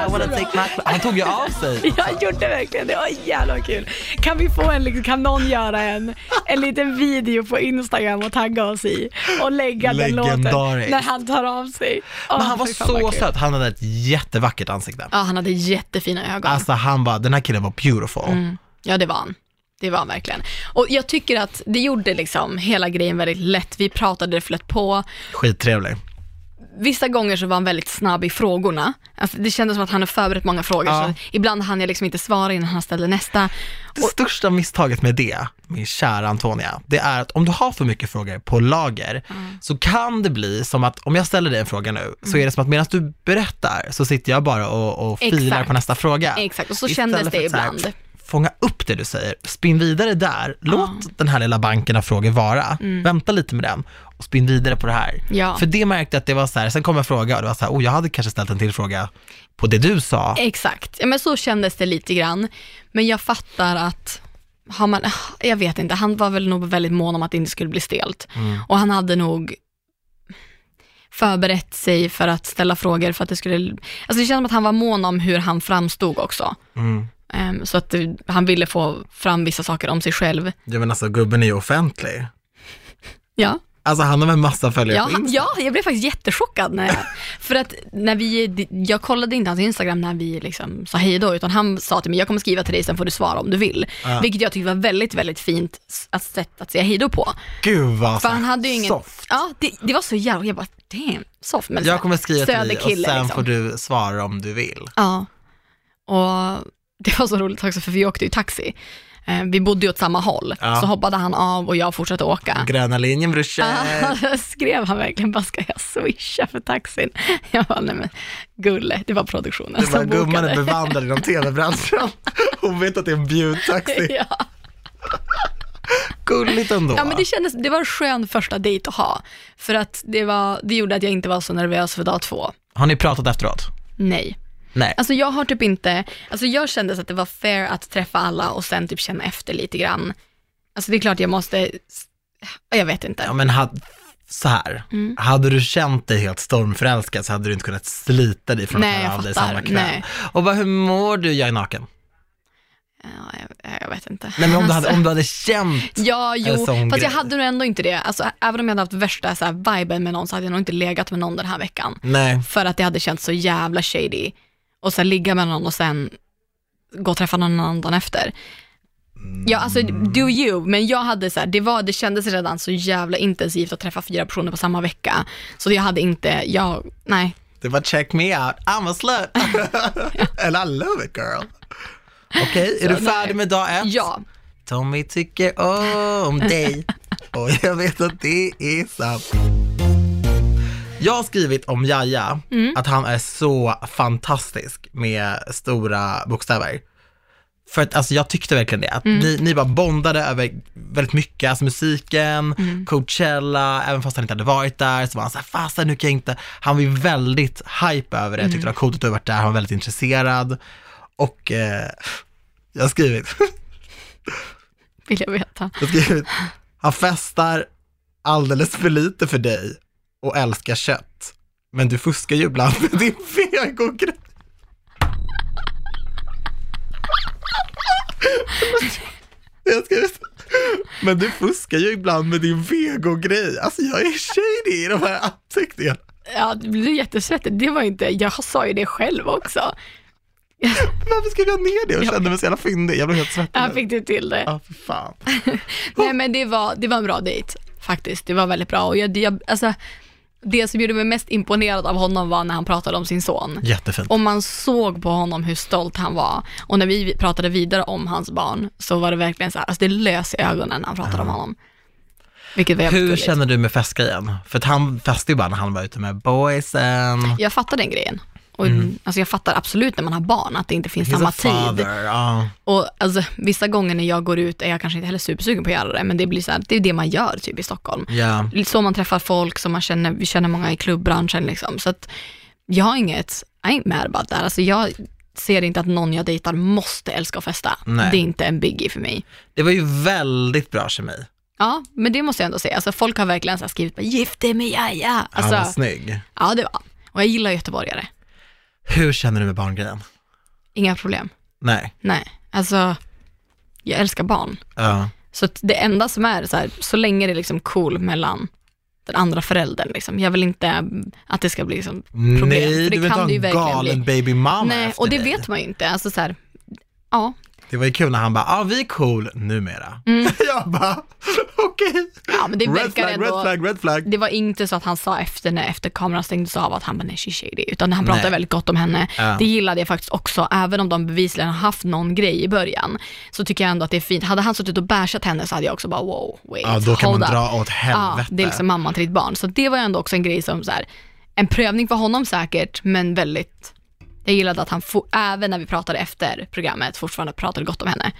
Speaker 1: I wanna take my clothes. Han tog ju av sig.
Speaker 2: Jag gjorde verkligen det, åh jävlar vad kul. Kan vi få en, liksom- kan någon göra en, en liten video på Instagram och tagga oss i och lägga den låten
Speaker 1: Legendarisk.
Speaker 2: när han tar av sig. Åh,
Speaker 1: Men han var
Speaker 2: fy fan vad
Speaker 1: så
Speaker 2: kul.
Speaker 1: söt, han hade ett jättevackert ansikte.
Speaker 2: Ja, han hade jättefina ögon.
Speaker 1: Alltså han var, den här killen var beautiful.
Speaker 2: Ja, det var han. Det var han verkligen. Och jag tycker att det gjorde liksom hela grejen väldigt lätt. Vi pratade, det flöt på.
Speaker 1: Skittrevlig.
Speaker 2: Vissa gånger så var han väldigt snabb i frågorna. Alltså, det kändes som att han har förberett många frågor,
Speaker 1: Ja.
Speaker 2: så ibland hann jag liksom inte svara innan han ställde nästa.
Speaker 1: Det största misstaget med det, min kära Antonia, det är att om du har för mycket frågor på lager
Speaker 2: Mm.
Speaker 1: så kan det bli som att om jag ställer dig en fråga nu så är det som att medan du berättar så sitter jag bara och, och filar
Speaker 2: Exakt.
Speaker 1: på nästa fråga.
Speaker 2: Exakt, och så
Speaker 1: Istället
Speaker 2: kändes
Speaker 1: för
Speaker 2: det
Speaker 1: att så här,
Speaker 2: ibland.
Speaker 1: Fånga upp det du säger, spinn vidare där, låt den här lilla banken av frågor vara,
Speaker 2: Mm.
Speaker 1: vänta lite med den och spinn vidare på det här.
Speaker 2: Ja.
Speaker 1: För det märkte jag att det var så här, sen kom en fråga och det var så här, oh jag hade kanske ställt en till fråga på det du sa.
Speaker 2: Eh. Exakt, ja, men så kändes det lite grann. Men jag fattar att, har man, ah, jag vet inte, han var väl nog väldigt mån om att det inte skulle bli stelt. Och han hade nog förberett sig för att ställa frågor för att det skulle, alltså det känns som att han var mån om hur han framstod också.
Speaker 1: Mm.
Speaker 2: Ehm, så att det, han ville få fram vissa saker om sig själv.
Speaker 1: Jag menar alltså gubben är ju offentlig.
Speaker 2: Ja,
Speaker 1: Alltså han har väl massa följare
Speaker 2: ja,
Speaker 1: på Instagram?
Speaker 2: ja jag blev faktiskt jättechockad. När jag, för att när vi, jag kollade inte hans Instagram när vi liksom sa hej då, utan han sa till mig, jag kommer skriva till dig, sen får du svara om du vill.
Speaker 1: Ja.
Speaker 2: Vilket jag tyckte var väldigt, väldigt fint s- att sätt att säga hej då på.
Speaker 1: Gud vad
Speaker 2: För
Speaker 1: så
Speaker 2: han hade ju ingen...
Speaker 1: soft.
Speaker 2: Ja, det, det var så jävla, jag bara, damn, soft. Men så här,
Speaker 1: Jag kommer skriva till dig och sen
Speaker 2: söderkille, liksom.
Speaker 1: får du svara om du vill.
Speaker 2: Ja, och det var så roligt också, för vi åkte ju taxi. Eh, Vi bodde ju åt samma håll,
Speaker 1: Ja.
Speaker 2: så hoppade han av och jag fortsatte åka.
Speaker 1: Gröna linjen brorsan.
Speaker 2: Ah, där skrev han verkligen bara, ska jag swisha för taxin? Jag bara, nej men gulle, det var produktionen
Speaker 1: Det var
Speaker 2: som
Speaker 1: gumman är
Speaker 2: bokade.
Speaker 1: bevandrad inom tv-branschen. Hon vet att det är en bjudtaxi.
Speaker 2: ja.
Speaker 1: Gulligt ändå.
Speaker 2: ja, men det kändes, det var en skön första dejt att ha. För att det, var, det gjorde att jag inte var så nervös för dag två.
Speaker 1: Har ni pratat efteråt?
Speaker 2: Nej.
Speaker 1: Nej.
Speaker 2: Alltså jag har typ inte, alltså jag kände så att det var fair att träffa alla och sen typ känna efter lite grann. Alltså det är klart jag måste, jag vet inte.
Speaker 1: Ja, men had, så här.
Speaker 2: Mm.
Speaker 1: hade du känt dig helt stormförälskad så hade du inte kunnat slita dig från
Speaker 2: Nej,
Speaker 1: att
Speaker 2: jag
Speaker 1: höra av dig
Speaker 2: fattar.
Speaker 1: samma kväll.
Speaker 2: Nej.
Speaker 1: Och bara, hur mår du? Jag är naken.
Speaker 2: Ja, jag, jag vet inte.
Speaker 1: Nej, men om, du hade, om du hade känt,
Speaker 2: Ja, jo,
Speaker 1: En sån
Speaker 2: fast jag
Speaker 1: grej.
Speaker 2: hade nog ändå inte det. Alltså, även om jag hade haft värsta så här, viben med någon så hade jag nog inte legat med någon den här veckan.
Speaker 1: nej,
Speaker 2: För att det hade känts så jävla shady. Och sen ligga med någon och sen gå och träffa någon annan dagen efter. Ja, alltså
Speaker 1: Mm.
Speaker 2: do you, men jag hade så här, det, var, det kändes redan så jävla intensivt att träffa fyra personer på samma vecka. Så jag hade inte, jag, nej.
Speaker 1: Det var check me out, I'm a slut. Eller I love it girl. Okej, är du
Speaker 2: nej.
Speaker 1: färdig med dag ett?
Speaker 2: Ja,
Speaker 1: Tommy tycker om dig och jag vet att det är sant. Jag har skrivit om Jaja, att han är så fantastisk med stora bokstäver. För att alltså, jag tyckte verkligen det, att ni, ni bara bondade över väldigt mycket, alltså musiken, Coachella, även fast han inte hade varit där så var han såhär, fasen nu kan jag inte, han var ju väldigt hype över det, tyckte det var coolt att du har varit där, han var väldigt intresserad och eh, jag har skrivit,
Speaker 2: vill jag veta.
Speaker 1: jag har skrivit, han festar alldeles för lite för dig och älskar kött. Men du fuskar ju ibland med din vegogrej. Jag har skrivit, men du fuskar ju ibland med din vegogrej. Alltså jag är shady i de här anteckningarna.
Speaker 2: Ja, det blev jättesvettigt. Det var inte, jag sa ju det själv också.
Speaker 1: Varför skrev jag ner det och kände mig så jävla fyndig? Jag blev helt svettig.
Speaker 2: Jag
Speaker 1: nu.
Speaker 2: fick det till det.
Speaker 1: Ja, för fan.
Speaker 2: Nej men det var, det var en bra dejt faktiskt. Det var väldigt bra och jag, jag, alltså, det som gjorde mig mest imponerad av honom var när han pratade om sin son.
Speaker 1: Jättefint.
Speaker 2: Och man såg på honom hur stolt han var. Och när vi pratade vidare om hans barn så var det verkligen så här, alltså det lös i ögonen när han pratade om honom. Vilket var jävligt
Speaker 1: Hur
Speaker 2: gulligt.
Speaker 1: känner du med festgrejen? För att han festade ju bara när han var ute med boysen.
Speaker 2: Jag fattar den grejen. Och, alltså jag fattar absolut när man har barn att det inte finns
Speaker 1: Mm. He's
Speaker 2: samma
Speaker 1: a father.
Speaker 2: tid.
Speaker 1: Ja.
Speaker 2: Och alltså, vissa gånger när jag går ut är jag kanske inte heller supersugen på att göra det, men det blir så här, det är det man gör typ i Stockholm.
Speaker 1: Ja.
Speaker 2: så man träffar folk som man känner, vi känner många i klubbbranschen liksom. Så att jag har inget, I ain't mad about that. Alltså jag ser inte att någon jag dejtar måste älska att festa.
Speaker 1: Nej.
Speaker 2: Det är inte en biggie för mig.
Speaker 1: Det var ju väldigt bra kemi.
Speaker 2: Ja, men det måste jag ändå säga. Alltså folk har verkligen så här skrivit bara, gift dig med Jaja.
Speaker 1: Han var
Speaker 2: Alltså,
Speaker 1: snygg.
Speaker 2: ja, det var. Och jag gillar göteborgare.
Speaker 1: Hur känner du med barngrejen?
Speaker 2: Inga problem.
Speaker 1: Nej.
Speaker 2: Nej, alltså jag älskar barn.
Speaker 1: Ja.
Speaker 2: Så att det enda som är så här, så länge det är liksom cool mellan den andra föräldern liksom. Jag vill inte mm, att det ska bli liksom problem.
Speaker 1: Nej, du
Speaker 2: för det
Speaker 1: vill inte
Speaker 2: kan
Speaker 1: ha
Speaker 2: det ju
Speaker 1: en
Speaker 2: verkligen
Speaker 1: galen
Speaker 2: bli.
Speaker 1: baby mama
Speaker 2: Nej,
Speaker 1: efter
Speaker 2: och det
Speaker 1: dig.
Speaker 2: vet man ju inte. Alltså så här, ja,
Speaker 1: Det var ju kul när han bara, ah, vi är cool numera. Jag bara, okej.
Speaker 2: ja men Mm. det
Speaker 1: Red
Speaker 2: verkar
Speaker 1: flag,
Speaker 2: ändå.
Speaker 1: red flag, red flag.
Speaker 2: Det var inte så att han sa efter när efter kameran stängdes av att han bara nej she shady, utan han pratade
Speaker 1: Nej.
Speaker 2: väldigt gott om henne.
Speaker 1: Ja.
Speaker 2: Det gillade jag faktiskt också, även om de bevisligen har haft någon grej i början, så tycker jag ändå att det är fint. Hade han suttit och bashat henne så hade jag också bara wow, wait,
Speaker 1: Ja, då kan
Speaker 2: hold
Speaker 1: man
Speaker 2: up.
Speaker 1: dra åt helvete.
Speaker 2: Ja, det är liksom mamman till ditt barn. Så det var ändå också en grej som så här, en prövning för honom säkert, men väldigt jag gillade att han, for, även när vi pratade efter programmet, fortfarande pratade gott om henne.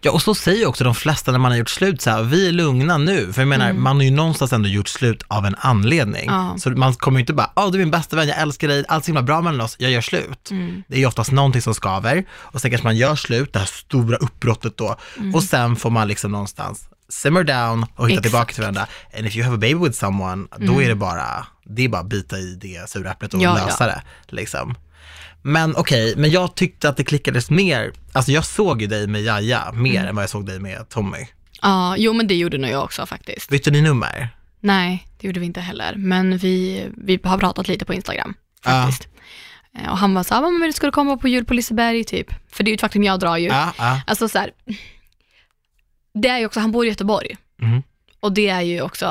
Speaker 1: Ja, och så säger ju också de flesta när man har gjort slut så här, vi är lugna nu. För jag menar, man har ju någonstans ändå gjort slut av en anledning.
Speaker 2: Mm. Ja.
Speaker 1: Så man kommer ju inte bara, åh du är min bästa vän, jag älskar dig, allt är så himla bra mellan oss, jag gör slut.
Speaker 2: Mm.
Speaker 1: Det är ju oftast någonting som skaver och sen kanske man gör slut, det här stora uppbrottet då.
Speaker 2: Mm.
Speaker 1: Och sen får man liksom någonstans simmer down och hitta
Speaker 2: Exakt. Mm.
Speaker 1: tillbaka till varandra. And if you have a baby with someone, då är det bara, det är bara att bita i det sura äpplet och
Speaker 2: Ja,
Speaker 1: lösa det. Liksom. Men okej, men jag tyckte att det klickades mer, alltså jag såg ju dig med Jaja mer
Speaker 2: Mm.
Speaker 1: än vad jag såg dig med Tommy.
Speaker 2: Ja, jo men det gjorde nog jag också faktiskt.
Speaker 1: Bytte ni nummer?
Speaker 2: Nej, det gjorde vi inte heller. Men vi, vi har pratat lite på Instagram faktiskt. Eh, Och han var så här, "Ah, men ska du komma på jul på Liseberg typ? För det är ju ett faktum jag drar ju.
Speaker 1: Ja, ja.
Speaker 2: Alltså så här, det är ju också, han bor i Göteborg.
Speaker 1: Mm.
Speaker 2: Och det är ju också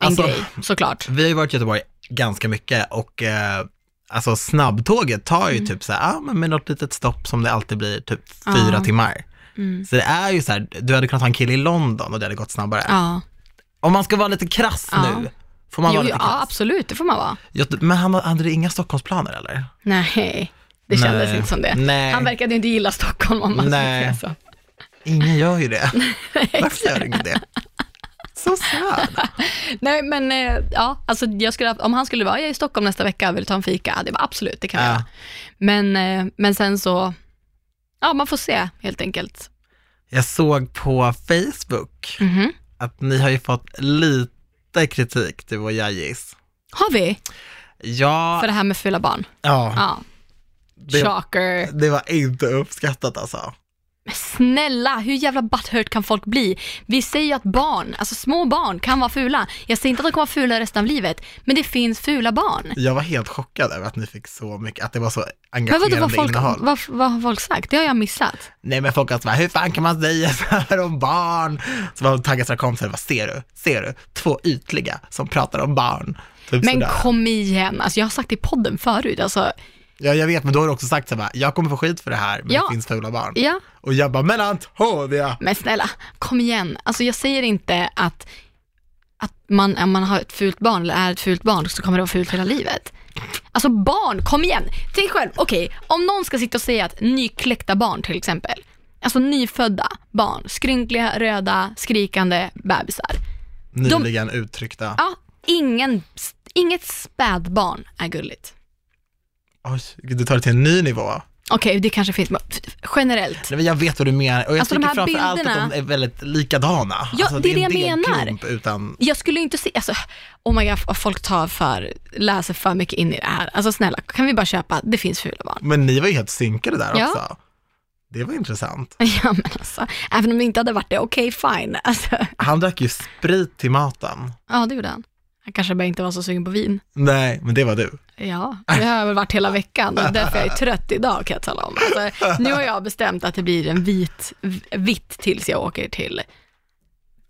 Speaker 2: en
Speaker 1: Alltså-
Speaker 2: grej såklart.
Speaker 1: Vi har ju varit i Göteborg ganska mycket och eh, alltså snabbtåget tar ju typ så här, ja men med något litet stopp som det alltid blir, typ fyra
Speaker 2: Mm. Ja.
Speaker 1: timmar.
Speaker 2: Mm.
Speaker 1: Så det är ju så här, du hade kunnat ha en kille i London och det hade gått snabbare.
Speaker 2: Ja,
Speaker 1: Om man ska vara lite krass
Speaker 2: Ja.
Speaker 1: nu, får man
Speaker 2: jo,
Speaker 1: vara
Speaker 2: ja
Speaker 1: lite krass?
Speaker 2: absolut, det får man vara.
Speaker 1: Göte- Men han hade inga Stockholmsplaner eller?
Speaker 2: Nej, det kändes
Speaker 1: Nej.
Speaker 2: inte som det.
Speaker 1: Nej.
Speaker 2: Han verkade ju inte gilla Stockholm om man ska
Speaker 1: Nej.
Speaker 2: säga så.
Speaker 1: Ingen gör ju det. Varför gör ingen det? Så sad.
Speaker 2: Nej men eh, ja, alltså jag skulle, om han skulle vara jag är i Stockholm nästa vecka, vill du ta en fika? Det var absolut, det kan jag
Speaker 1: Ja.
Speaker 2: göra. Men, eh, men sen så, ja man får se helt enkelt.
Speaker 1: Jag såg på Facebook
Speaker 2: Mhm.
Speaker 1: att ni har ju fått lite kritik, du och Jajis.
Speaker 2: Har vi?
Speaker 1: Ja,
Speaker 2: För det här med fula barn.
Speaker 1: ja
Speaker 2: Ja,
Speaker 1: det,
Speaker 2: shocker.
Speaker 1: det var inte uppskattat alltså.
Speaker 2: Men Snälla, hur jävla butthurt kan folk bli? Vi säger ju att barn, alltså små barn, kan vara fula. Jag säger inte att de kommer vara fula resten av livet, men det finns fula barn.
Speaker 1: Jag var helt chockad över att ni fick så mycket, att det var så
Speaker 2: Men vadå,
Speaker 1: engagerande
Speaker 2: vad, folk,
Speaker 1: innehåll.
Speaker 2: vad, vad har folk sagt? Det har jag missat.
Speaker 1: Nej men folk har så bara, hur fan kan man säga så här om barn? Så var de taggade sina kompisar, bara, ser du, ser du, två ytliga som pratar om barn. Typ
Speaker 2: Men
Speaker 1: sådär.
Speaker 2: kom igen, alltså jag har sagt i podden förut, alltså,
Speaker 1: Ja jag vet, men då har du också sagt så här, bara, jag kommer få skit för det här, men
Speaker 2: Ja.
Speaker 1: det finns fula barn.
Speaker 2: ja.
Speaker 1: Och jag bara, men Antonia!
Speaker 2: Men snälla, kom igen. Alltså jag säger inte att, att man, om man har ett fult barn eller är ett fult barn så kommer det vara fult hela livet. Alltså barn, kom igen. Tänk själv, okej, om någon ska sitta och säga att nykläckta barn till exempel, alltså nyfödda barn, skrynkliga, röda, skrikande bebisar.
Speaker 1: Nyligen uttryckta.
Speaker 2: Ja, ingen, inget spädbarn är gulligt.
Speaker 1: Oj, gud, du tar det till en ny nivå.
Speaker 2: Okej, det kanske finns, men generellt.
Speaker 1: Nej, men jag vet vad du menar, och jag
Speaker 2: Alltså, de
Speaker 1: tycker
Speaker 2: här
Speaker 1: framförallt att
Speaker 2: bilderna-
Speaker 1: de är väldigt likadana. Alltså,
Speaker 2: Ja, det är
Speaker 1: en
Speaker 2: det jag menar.
Speaker 1: delklump Utan,
Speaker 2: Jag skulle ju inte se, alltså, oh my god, folk tar för, läser för mycket in i det här. Alltså snälla, kan vi bara köpa, det finns fula barn.
Speaker 1: men ni var ju helt synkade där
Speaker 2: Ja.
Speaker 1: också. Det var intressant.
Speaker 2: Ja men alltså, även om det inte hade varit det, okej fine. Alltså,
Speaker 1: Han drack ju sprit till maten.
Speaker 2: ja det gjorde han. Han kanske bara inte var så sugen på vin.
Speaker 1: Nej, men det var du.
Speaker 2: Ja, det har jag väl varit hela veckan, och därför jag är trött idag kan jag tala om. Alltså, nu har jag bestämt att det blir en vit, vitt tills jag åker till,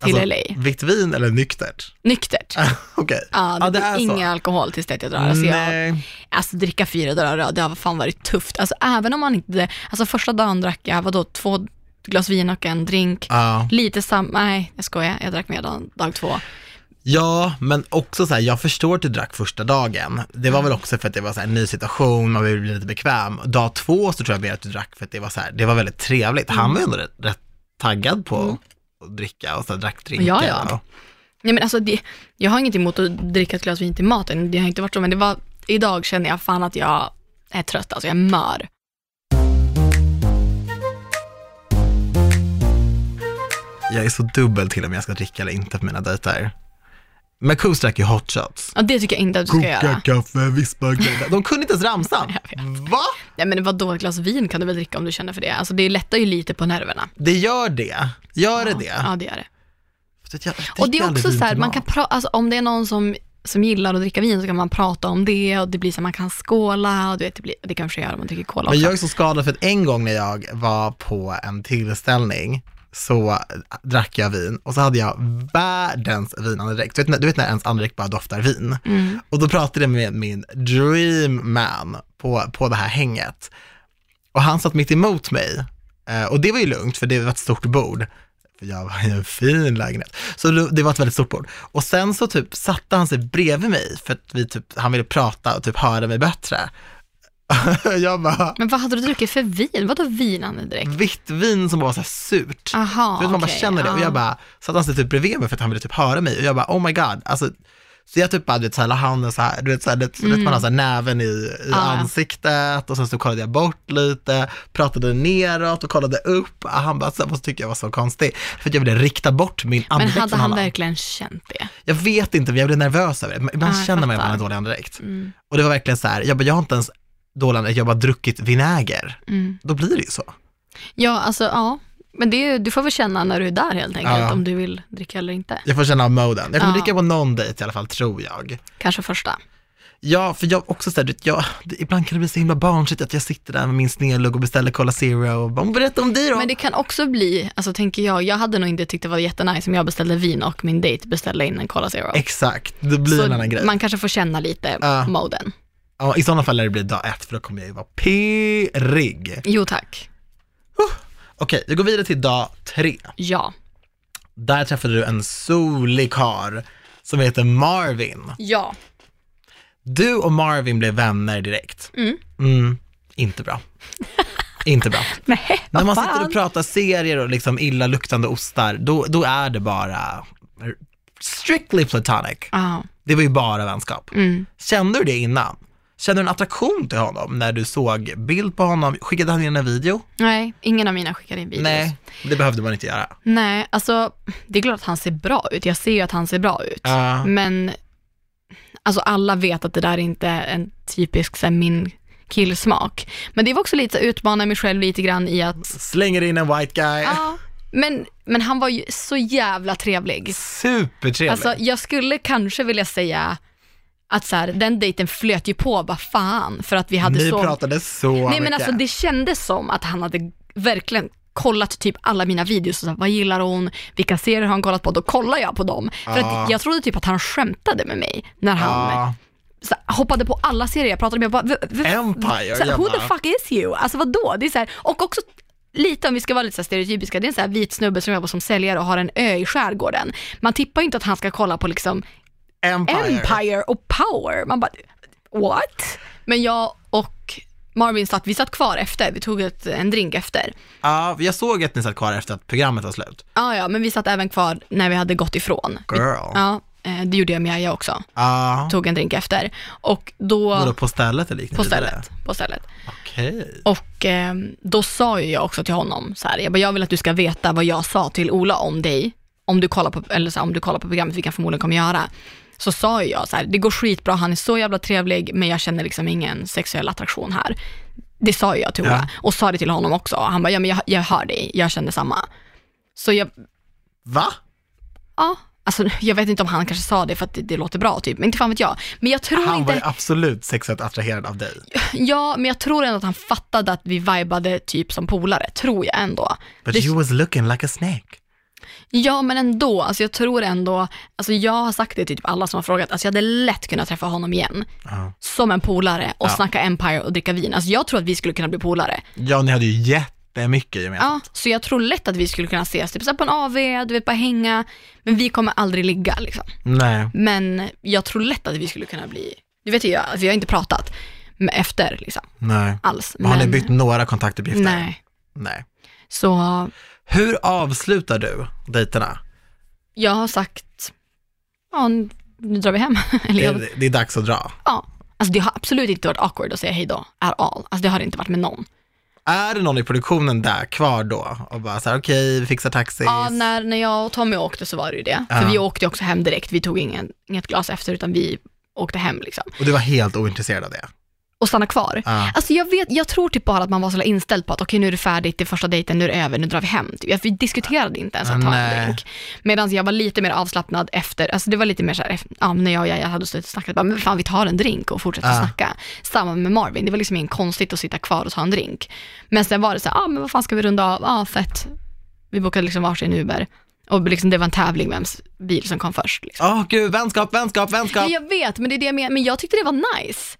Speaker 2: till LA.
Speaker 1: Alltså, Vitt vin eller nyktert?
Speaker 2: Nyktert.
Speaker 1: Okej.
Speaker 2: Ja, det,
Speaker 1: är
Speaker 2: blir
Speaker 1: så.
Speaker 2: ingen alkohol tills det jag drar. Alltså, jag,
Speaker 1: Nej,
Speaker 2: Alltså dricka fyra dagar i rad, det har fan varit tufft. Alltså även om man inte, alltså första dagen drack jag, vadå, två glas vin och en drink.
Speaker 1: ja.
Speaker 2: Lite sam, nej jag skojar, jag drack mer dag, dag två.
Speaker 1: ja, men också så här, jag förstår att du drack första dagen. Det
Speaker 2: Mm.
Speaker 1: var väl också för att det var så här, en ny situation, man ville bli lite bekväm. Dag två så tror jag mer att du drack för att det var så här, det var väldigt trevligt.
Speaker 2: Mm.
Speaker 1: Han var ju ändå rätt, rätt taggad på att dricka och så här, drack drinkar.
Speaker 2: Ja, ja. Nej men alltså det, jag har inget emot att dricka ett glas vin till maten, det har inte varit så, men det var, idag känner jag fan att jag är trött, alltså jag mör.
Speaker 1: Jag är så dubbel till om jag ska dricka eller inte på mina dejter. Men Kus drack ju hot shots.
Speaker 2: Och det tycker jag inte att du ska
Speaker 1: Koka
Speaker 2: göra.
Speaker 1: kaffe, vispa grädde. De kunde inte ens ramsan. Va?
Speaker 2: Nej men vadå, ett glas vin kan du väl dricka om du känner för det? Alltså det lättar ju lite på nerverna.
Speaker 1: Det gör det. Gör det det?
Speaker 2: Ja det gör det.
Speaker 1: För att jag
Speaker 2: Och det
Speaker 1: dricker
Speaker 2: är
Speaker 1: aldrig
Speaker 2: också
Speaker 1: vin
Speaker 2: så här,
Speaker 1: till
Speaker 2: man
Speaker 1: mat.
Speaker 2: kan pra- alltså, om det är någon som, som gillar att dricka vin så kan man prata om det och det blir så här, man kan skåla och du vet, det, blir, det kanske gör om man dricker cola också.
Speaker 1: Men jag är så skadad för att en gång när jag var på en tillställning så drack jag vin och så hade jag världens vinandedräkt. Du vet, när- du vet när ens andedräkt bara doftar vin? Och då pratade jag med min dream man på, på det här hänget. Och han satt mitt emot mig. Eh, och det var ju lugnt, för det var ett stort bord. För jag var i en fin lägenhet. Så det det var ett väldigt stort bord. Och sen så typ satte han sig bredvid mig, för att vi typ, han ville prata och typ höra mig bättre. jag bara,
Speaker 2: Men vad hade du druckit för vin? Vadå vinande direkt?
Speaker 1: vitt vin som bara var så här surt.
Speaker 2: Aha,
Speaker 1: Mm. du vet, man bara
Speaker 2: Ah, okej, ah.
Speaker 1: känner det. Och
Speaker 2: ja.
Speaker 1: jag bara, satt han sig typ bredvid mig för att han ville typ höra mig. Och jag bara, oh my god. Alltså, så jag typ bara, du vet, så här, la handen så här, du vet, så här, det, mm. man har så här, näven i, i
Speaker 2: ja.
Speaker 1: ansiktet och sen så kollade jag bort lite, pratade neråt och kollade upp. Och han bara, så, här, och så tyckte jag var så konstig, för att jag ville rikta bort min
Speaker 2: Men
Speaker 1: andedräkt
Speaker 2: hade
Speaker 1: från
Speaker 2: han
Speaker 1: honom.
Speaker 2: verkligen känt det?
Speaker 1: Jag vet inte, men jag blev nervös över det. Men Ibland
Speaker 2: Ja, Ah, jag
Speaker 1: känner man att man
Speaker 2: fattar.
Speaker 1: har dålig andedräkt.
Speaker 2: Mm.
Speaker 1: Och det var verkligen så här, jag bara, jag har inte ens dålig andedräkt, jag har bara druckit vinäger.
Speaker 2: Mm.
Speaker 1: Då blir det ju så.
Speaker 2: Ja, alltså ja. Men det, är- du får väl känna när du är där helt enkelt,
Speaker 1: Ja.
Speaker 2: om du vill dricka eller inte.
Speaker 1: Jag får känna av moden. Jag kommer
Speaker 2: Ja.
Speaker 1: dricka på någon dejt i alla fall, tror jag.
Speaker 2: Kanske första.
Speaker 1: Ja, för jag också sådär, jag, det, ibland kan det bli så himla barnsligt att jag sitter där med min snedlugg och beställer Cola Zero och bara, "Men berätta om dig då.
Speaker 2: Men det kan också bli, alltså tänker jag, jag hade nog inte tyckt det var jättenice om jag beställde vin och min dejt beställde in en Cola Zero.
Speaker 1: Exakt, det blir en annan grej.
Speaker 2: man kanske får känna lite
Speaker 1: Ja.
Speaker 2: moden.
Speaker 1: Ja, I sådana fall lär det bli dag ett, för då kommer jag ju vara pirrig.
Speaker 2: Jo tack.
Speaker 1: Okej, vi går vidare till dag tre.
Speaker 2: Ja.
Speaker 1: Där träffade du en solig karl som heter Marvin.
Speaker 2: Ja.
Speaker 1: Du och Marvin blev vänner direkt.
Speaker 2: Mm.
Speaker 1: Mm, inte bra. inte bra.
Speaker 2: Nej,
Speaker 1: När
Speaker 2: vad
Speaker 1: man
Speaker 2: fan.
Speaker 1: sitter och pratar serier och liksom illaluktande ostar, då, då är det bara strictly platonic.
Speaker 2: Ja.
Speaker 1: Det var ju bara vänskap.
Speaker 2: Mm.
Speaker 1: Kände du det innan? Kände du en attraktion till honom när du såg bild på honom? Skickade han in en video?
Speaker 2: Nej, ingen av mina skickade in videos.
Speaker 1: Nej, det behövde man inte göra.
Speaker 2: Nej, alltså det är klart att han ser bra ut. Jag ser ju att han ser bra ut.
Speaker 1: Ja.
Speaker 2: Men alltså alla vet att det där inte är en typisk så här, min killsmak. Men det var också lite att utmana mig själv lite grann i att,
Speaker 1: Slänger in en white guy.
Speaker 2: ja, men, men han var ju så jävla trevlig.
Speaker 1: Supertrevlig.
Speaker 2: Alltså jag skulle kanske vilja säga att så här, den dejten flöt ju på, bara fan, för att vi hade
Speaker 1: Ni
Speaker 2: så...
Speaker 1: pratade så
Speaker 2: Nej
Speaker 1: mycket.
Speaker 2: men alltså det kändes som att han hade verkligen kollat typ alla mina videos, och så här, vad gillar hon, vilka serier har han kollat på, då kollar jag på dem. För
Speaker 1: Ja.
Speaker 2: att jag trodde typ att han skämtade med mig när han
Speaker 1: Ja.
Speaker 2: så här, hoppade på alla serier jag pratade med. Jag bara, v- v-
Speaker 1: Ah. Empire,
Speaker 2: så här,
Speaker 1: jag
Speaker 2: who the
Speaker 1: bara-
Speaker 2: fuck is you? Alltså vadå? Det är så här, och också lite om vi ska vara lite så här stereotypiska, det är en så här vit snubbe som jobbar som säljare och har en ö i skärgården. Man tippar ju inte att han ska kolla på liksom
Speaker 1: Empire.
Speaker 2: Empire och Power. Man bara, what? Men jag och Marvin satt, vi satt kvar efter, vi tog ett, en drink efter.
Speaker 1: Ja, Ah, jag såg att ni satt kvar efter att programmet var slut.
Speaker 2: Ja, ja, men vi satt även kvar när vi hade gått ifrån. Vi,
Speaker 1: Girl. Ja.
Speaker 2: ja, eh, det gjorde jag med Aja också, tog en drink efter. Och då,
Speaker 1: Vadå, på stället eller
Speaker 2: på
Speaker 1: liknande?
Speaker 2: stället, på stället.
Speaker 1: Okej.
Speaker 2: Och eh, då sa ju jag också till honom så här, jag, bara, jag vill att du ska veta vad jag sa till Ola om dig, om du kollar på, eller så här, om du kollar på programmet, vilket han förmodligen kommer göra. Så sa ju jag så här, det går skitbra, han är så jävla trevlig, men jag känner liksom ingen sexuell attraktion här. Det sa ju jag till Ola
Speaker 1: Ja.
Speaker 2: och sa det till honom också. Han bara, ja men jag, jag hör dig, jag känner samma. Så jag,
Speaker 1: Va?
Speaker 2: ja, alltså jag vet inte om han kanske sa det för att det, det låter bra typ, men inte fan vet jag. Men jag tror
Speaker 1: Han
Speaker 2: inte...
Speaker 1: var ju absolut sexuellt attraherad av dig.
Speaker 2: Ja, men jag tror ändå att han fattade att vi vibade typ som polare, tror jag ändå.
Speaker 1: But
Speaker 2: Det-
Speaker 1: you was looking like a snake.
Speaker 2: Ja, men ändå. Alltså jag tror ändå, alltså jag har sagt det till typ alla som har frågat, alltså jag hade lätt kunnat träffa honom igen,
Speaker 1: Ja.
Speaker 2: som en polare och
Speaker 1: Ja.
Speaker 2: snacka Empire och dricka vin. Alltså jag tror att vi skulle kunna bli polare.
Speaker 1: Ja, ni hade ju jättemycket gemensamt.
Speaker 2: Ja, så jag tror lätt att vi skulle kunna ses, typ så här på en AV, du vet bara hänga, men vi kommer aldrig ligga liksom.
Speaker 1: Nej.
Speaker 2: Men jag tror lätt att vi skulle kunna bli, du vet ju, jag, alltså jag har inte pratat med efter liksom,
Speaker 1: Nej.
Speaker 2: alls.
Speaker 1: Har ni
Speaker 2: men-
Speaker 1: bytt några kontaktuppgifter?
Speaker 2: Nej.
Speaker 1: Nej.
Speaker 2: Så
Speaker 1: Hur avslutar du dejterna?
Speaker 2: jag har sagt, ja nu nu drar vi hem. Eller
Speaker 1: Det
Speaker 2: jag-
Speaker 1: är, det är dags att dra.
Speaker 2: Ja. Alltså det har absolut inte varit awkward att säga hej då, at all. Alltså det har det inte varit med någon.
Speaker 1: Är det någon i produktionen där kvar då och bara så här, okej, vi fixar taxis?
Speaker 2: Ja, när, när jag och Tommy åkte så var det ju det.
Speaker 1: Ja.
Speaker 2: För vi åkte ju också hem direkt, vi tog ingen, inget glas efter utan vi åkte hem liksom.
Speaker 1: Och du var helt ointresserad av det?
Speaker 2: Och stannade kvar.
Speaker 1: Ja.
Speaker 2: Alltså jag, vet, jag tror typ bara att man var så jävla inställd på att okej nu är det färdigt, det är första dejten, nu är det över, nu drar vi hem. Typ. Vi diskuterade inte ens att ta
Speaker 1: Nej.
Speaker 2: en drink. Medan jag var lite mer avslappnad efter, alltså det var lite mer såhär, ja, när jag och jag hade suttit och snackat, bara, men fan vi tar en drink och fortsätter
Speaker 1: Ja.
Speaker 2: snacka. Samma med Marvin, det var liksom inget konstigt att sitta kvar och ta en drink. Men sen var det så ja ah, men vad fan ska vi runda av, ja ah, fett. Vi bokade liksom varsin Uber och liksom, det var en tävling vems bil som kom först. Liksom.
Speaker 1: Åh gud, vänskap, vänskap, vänskap!
Speaker 2: Ja, jag vet, men det är det jag menar, men jag tyckte det var nice.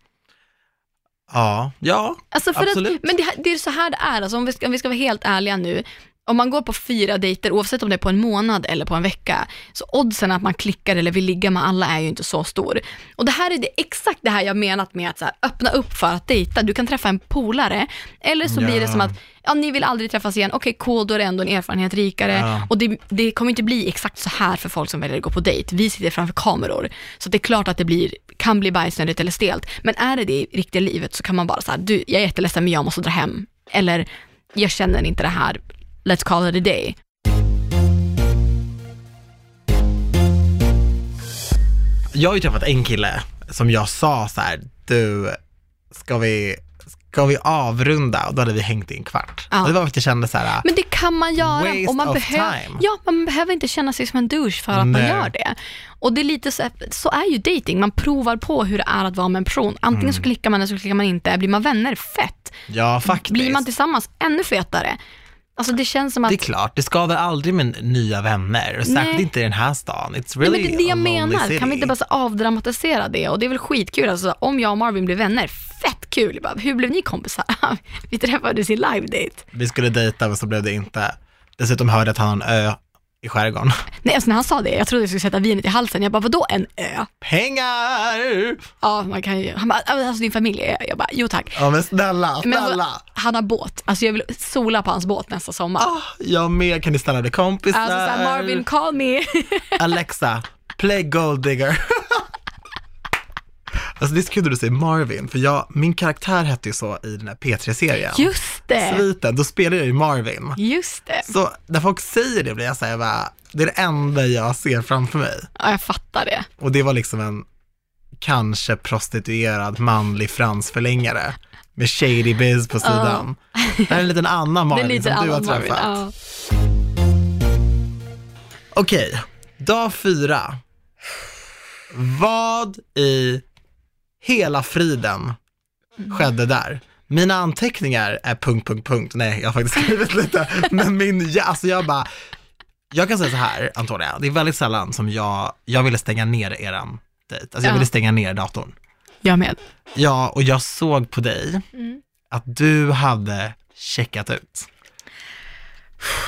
Speaker 1: Ja, ja,
Speaker 2: Alltså för
Speaker 1: Absolut.
Speaker 2: att, men det, här- det är så här det är, alltså om, vi ska, om vi ska vara helt ärliga nu, om man går på fyra dejter, oavsett om det är på en månad eller på en vecka, så oddsen att man klickar eller vill ligga med alla är ju inte så stor. Och det här är det, exakt det här jag menat med att så här, öppna upp för att dejta. Du kan träffa en polare, eller så blir
Speaker 1: Ja.
Speaker 2: det som att ja, ni vill aldrig träffas igen, okej cool, då är det ändå en erfarenhet rikare.
Speaker 1: Ja.
Speaker 2: Och det, det kommer inte bli exakt så här för folk som väljer att gå på dejt. Vi sitter framför kameror, så det är klart att det blir, kan bli bajsnödigt eller stelt. Men är det det i riktiga livet så kan man bara så här, du, jag är jätteledsen men jag måste dra hem. Eller, jag känner inte det här, let's call it a day.
Speaker 1: Jag har ju träffat en kille som jag sa så här, du, ska vi, ska vi avrunda? Och då hade vi hängt i en kvart.
Speaker 2: Ja.
Speaker 1: Och det var för att jag kände så här,
Speaker 2: Men det kan man göra
Speaker 1: Waste
Speaker 2: och man,
Speaker 1: of
Speaker 2: behö-
Speaker 1: time.
Speaker 2: ja, man behöver inte känna sig som en douche för att
Speaker 1: Nej.
Speaker 2: man gör det. Och det är lite så, så är ju dating. man provar på hur det är att vara med en person. Antingen
Speaker 1: Mm.
Speaker 2: så klickar man eller så klickar man inte. Blir man vänner, fett.
Speaker 1: ja faktiskt.
Speaker 2: Blir man tillsammans, ännu fetare. Alltså det känns som att
Speaker 1: Det är klart, det skaver aldrig med nya vänner. och Särskilt
Speaker 2: Nej.
Speaker 1: inte i den här stan. It's
Speaker 2: Ja,
Speaker 1: really
Speaker 2: men det är det jag
Speaker 1: a lonely
Speaker 2: menar.
Speaker 1: city.
Speaker 2: Kan vi inte bara så avdramatisera det? Och det är väl skitkul. Alltså, om jag och Marvin blir vänner, fett kul. Bara, hur blev ni kompisar? vi träffades i live date.
Speaker 1: Vi skulle dejta men så blev det inte. Dessutom hörde jag att han har en ö i skärgården.
Speaker 2: Nej, alltså när han sa det, jag trodde jag skulle sätta vinet i halsen. Jag bara, vadå en ö?
Speaker 1: Pengar!
Speaker 2: Ja, man kan ju. Han bara, alltså din familj är ö. Jag bara, jo tack.
Speaker 1: Ja men snälla,
Speaker 2: Men alltså,
Speaker 1: snälla.
Speaker 2: han har båt. Alltså jag vill sola på hans båt nästa sommar.
Speaker 1: Ah, jag med, kan ni stanna och bli kompisar?
Speaker 2: Alltså såhär, Marvin call me.
Speaker 1: Alexa, play Gold Digger. alltså det är så kul när du säger Marvin, för jag, min karaktär hette ju så i den här P3-serien.
Speaker 2: Just det,
Speaker 1: Sviten, då spelade jag ju Marvin.
Speaker 2: just det.
Speaker 1: Så när folk säger det blir jag såhär, bara, det är det enda jag ser framför mig.
Speaker 2: Ja, jag fattar det.
Speaker 1: Och det var liksom en kanske prostituerad manlig fransförlängare med shady biz på sidan. Det här är en liten annan
Speaker 2: Det är
Speaker 1: Marvin
Speaker 2: lite
Speaker 1: som du har
Speaker 2: annan
Speaker 1: träffat.
Speaker 2: Marvin. Ja.
Speaker 1: Okej, dag fyra. Vad i hela friden skedde där? Mina anteckningar är punkt, punkt, punkt. Nej, jag har faktiskt skrivit lite. Men min, ja, alltså jag bara, jag kan säga så här, Antonia, det är väldigt sällan som jag, jag ville stänga ner eran dejt. Alltså jag
Speaker 2: Ja.
Speaker 1: ville stänga ner datorn.
Speaker 2: Jag med.
Speaker 1: Ja, och jag såg på dig
Speaker 2: Mm.
Speaker 1: att du hade checkat ut.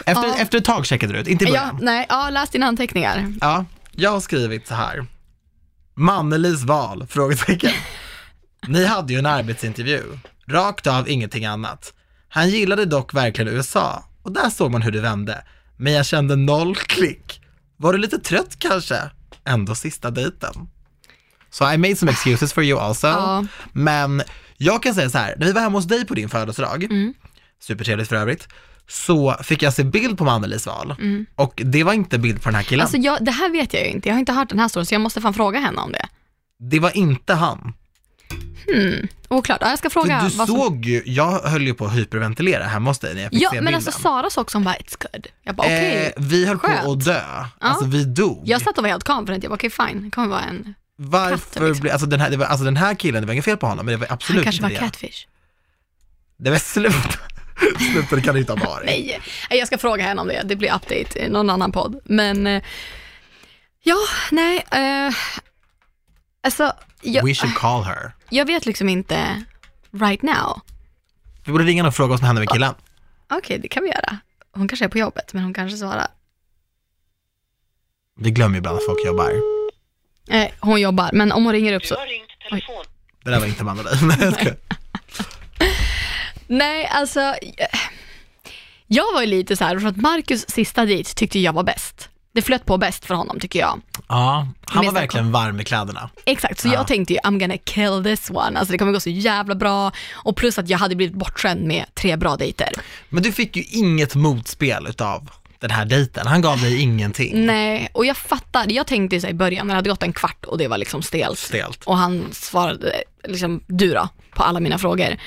Speaker 1: Efter,
Speaker 2: Ja.
Speaker 1: efter ett tag checkade du ut, inte i början.
Speaker 2: Ja, nej, ja, läs dina anteckningar.
Speaker 1: Ja, jag har skrivit så här. Mannelis val? Frågetecken. Ni hade ju en arbetsintervju. Rakt av ingenting annat. Han gillade dock verkligen USA och där såg man hur det vände. Men jag kände noll klick. Var du lite trött kanske? Ändå sista dejten. Så I made some excuses for you also.
Speaker 2: Ja.
Speaker 1: Men jag kan säga så här, när vi var hemma hos dig på din födelsedag, supertrevligt för övrigt, så fick jag se bild på Mannelis val. Och det var inte bild på den här killen.
Speaker 2: Alltså jag, det här vet jag ju inte. Jag har inte hört den här storyn, så jag måste fan fråga henne om det.
Speaker 1: Det var inte han.
Speaker 2: Oklart. Ja, jag ska fråga.
Speaker 1: För du
Speaker 2: vad som-
Speaker 1: såg ju, jag höll ju på att hyperventilera hemma hos dig när jag fick
Speaker 2: Ja,
Speaker 1: se
Speaker 2: men
Speaker 1: bilden.
Speaker 2: alltså Sara sa också, hon bara it's good. Jag bara okej.
Speaker 1: eh, vi höll på
Speaker 2: skönt.
Speaker 1: att dö, alltså vi dog.
Speaker 2: Jag satt och var helt konfident, jag bara okej fine, det kommer vara en,
Speaker 1: Varför
Speaker 2: katten liksom.
Speaker 1: blev, alltså den, här, det var, alltså den här killen, det var inget fel på honom, men det var
Speaker 2: han
Speaker 1: absolut
Speaker 2: kanske var
Speaker 1: inte det.
Speaker 2: catfish.
Speaker 1: Det var slut. slut det kan det inte ha varit.
Speaker 2: Nej, nej, jag ska fråga henne om det, det blir update i någon annan podd. Men eh, ja, nej, eh, alltså jag,
Speaker 1: We should call her.
Speaker 2: jag vet liksom inte right now.
Speaker 1: Vi borde ringa henne och fråga vad som hände med killen.
Speaker 2: Okej, det kan vi göra. Hon kanske är på jobbet, men hon kanske svarar.
Speaker 1: Vi glömmer ju ibland att folk jobbar.
Speaker 2: Eh, hon jobbar, men om hon ringer upp så.
Speaker 1: Det där var inte Amanda Lind. Nej, jag skojar.
Speaker 2: Nej, alltså. eh, Jag var ju lite så här, för att Marcus sista dejt tyckte jag var bäst. Det flöt på bäst för honom tycker jag.
Speaker 1: Ja, han var
Speaker 2: Minns jag
Speaker 1: verkligen varm i kläderna.
Speaker 2: Exakt, så
Speaker 1: Ja.
Speaker 2: jag tänkte ju I'm gonna kill this one. Alltså det kommer gå så jävla bra. Och plus att jag hade blivit bortskämd med tre bra dejter.
Speaker 1: Men du fick ju inget motspel utav den här dejten. Han gav dig ingenting.
Speaker 2: Nej, och jag fattar. Jag tänkte ju så här i början när det hade gått en kvart och det var liksom stelt.
Speaker 1: Stelt.
Speaker 2: Och han svarade eh, liksom du då, på alla mina frågor.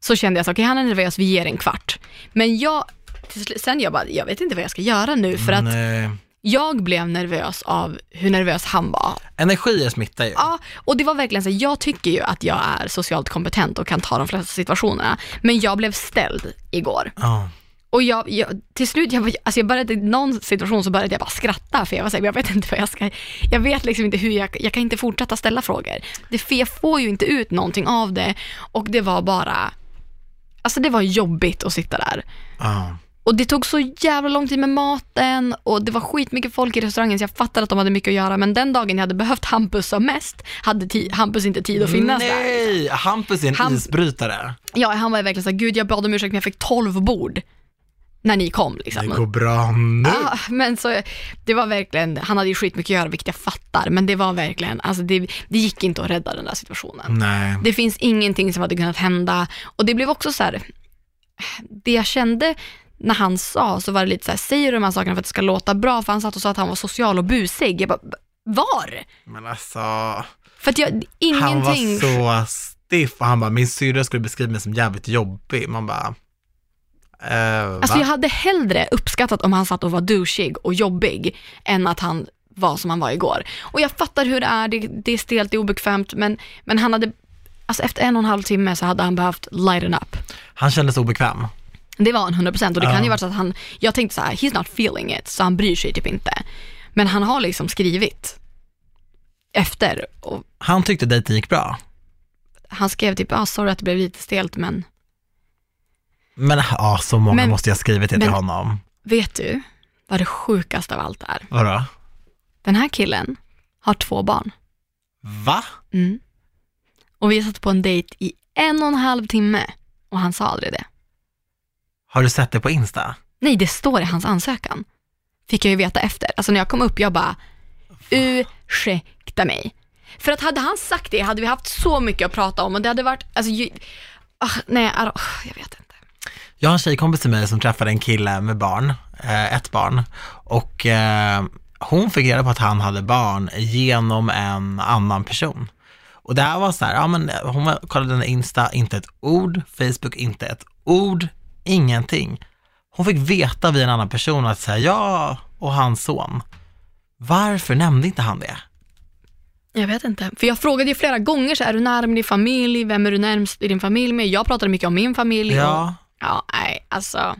Speaker 2: Så kände jag så okej han är nervös, vi ger en kvart. Men jag, till slut, sen jag bara, jag vet inte vad jag ska göra nu för att
Speaker 1: Nej.
Speaker 2: jag blev nervös av hur nervös han var.
Speaker 1: Energier smittar ju.
Speaker 2: Ja, och det var verkligen så här, jag tycker ju att jag är socialt kompetent och kan ta de flesta situationerna, men jag blev ställd igår.
Speaker 1: Ja.
Speaker 2: Och jag, jag, till slut, jag, var- alltså jag började, i någon situation så började jag bara skratta för jag var såhär, jag vet inte vad jag ska, jag vet liksom inte hur jag, jag kan inte fortsätta ställa frågor. Det, för jag får ju inte ut någonting av det och det var bara, alltså det var jobbigt att sitta där.
Speaker 1: Ja.
Speaker 2: Och det tog så jävla lång tid med maten och det var skitmycket folk i restaurangen så jag fattade att de hade mycket att göra men den dagen jag hade behövt Hampus som mest hade ti- Hampus inte tid att finnas där. liksom.
Speaker 1: Nej, Hampus är en
Speaker 2: Han-
Speaker 1: isbrytare.
Speaker 2: Ja, han var verkligen såhär, gud jag bad om ursäkt men jag fick 12 bord när ni kom liksom.
Speaker 1: bra nu.
Speaker 2: Ja, men så, det var verkligen, han hade ju skitmycket att göra vilket jag fattar men det var verkligen, alltså det, det gick inte att rädda den där situationen.
Speaker 1: Nej.
Speaker 2: Det finns ingenting som hade kunnat hända. Och det blev också så här, det jag kände när han sa så var det lite så här, säger du de här sakerna för att det ska låta bra? För han satt och sa att han var social och busig. Jag bara, var?
Speaker 1: Men alltså,
Speaker 2: För att jag,
Speaker 1: han
Speaker 2: ingenting.
Speaker 1: var så stiff och han bara, min syrra skulle beskriva mig som jävligt jobbig. Man bara, eh,
Speaker 2: Alltså
Speaker 1: va?
Speaker 2: jag hade hellre uppskattat om han satt och var douchig och jobbig än att han var som han var igår. Och jag fattar hur det är, det, det är stelt, det är obekvämt, men, men han hade, alltså efter en och en halv timme så hade han behövt lighten up.
Speaker 1: Han kändes obekväm.
Speaker 2: Det var han 100% och det
Speaker 1: Ja.
Speaker 2: kan ju vara så att han, jag tänkte så här, he's not feeling it, så han bryr sig typ inte. Men han har liksom skrivit efter och
Speaker 1: Han tyckte dejten gick bra.
Speaker 2: han skrev typ, ah, sorry att det blev lite stelt men
Speaker 1: Men ja, så många
Speaker 2: Men-
Speaker 1: måste jag ha skrivit det till
Speaker 2: men-
Speaker 1: honom.
Speaker 2: vet du vad det sjukaste av allt är?
Speaker 1: Vadå?
Speaker 2: Den här killen har två barn
Speaker 1: Va?
Speaker 2: mm. och vi satt på en dejt i en och en halv timme och han sa aldrig det.
Speaker 1: Har du sett det på Insta?
Speaker 2: Nej, det står i hans ansökan. Fick jag ju veta efter. Alltså när jag kom upp, jag bara, ursäkta mig. För att hade han sagt det hade vi haft så mycket att prata om och det hade varit, alltså, ju, ah, nej, I don't- ah, jag vet inte.
Speaker 1: Jag har en tjejkompis till mig som träffade en kille med barn, eh, ett barn, och eh, hon fick reda på att han hade barn genom en annan person. Och det här var så här, ja men eh, hon var, kollade den Insta, inte ett ord, Facebook, inte ett ord, ingenting. Hon fick veta via en annan person att säga ja, och hans son. Varför nämnde inte han det?
Speaker 2: Jag vet inte. För jag frågade ju flera gånger, så här, är du nära med din familj? Vem är du närmst i din familj med? Jag pratade mycket om min familj. Och,
Speaker 1: Ja,
Speaker 2: ja, nej, alltså.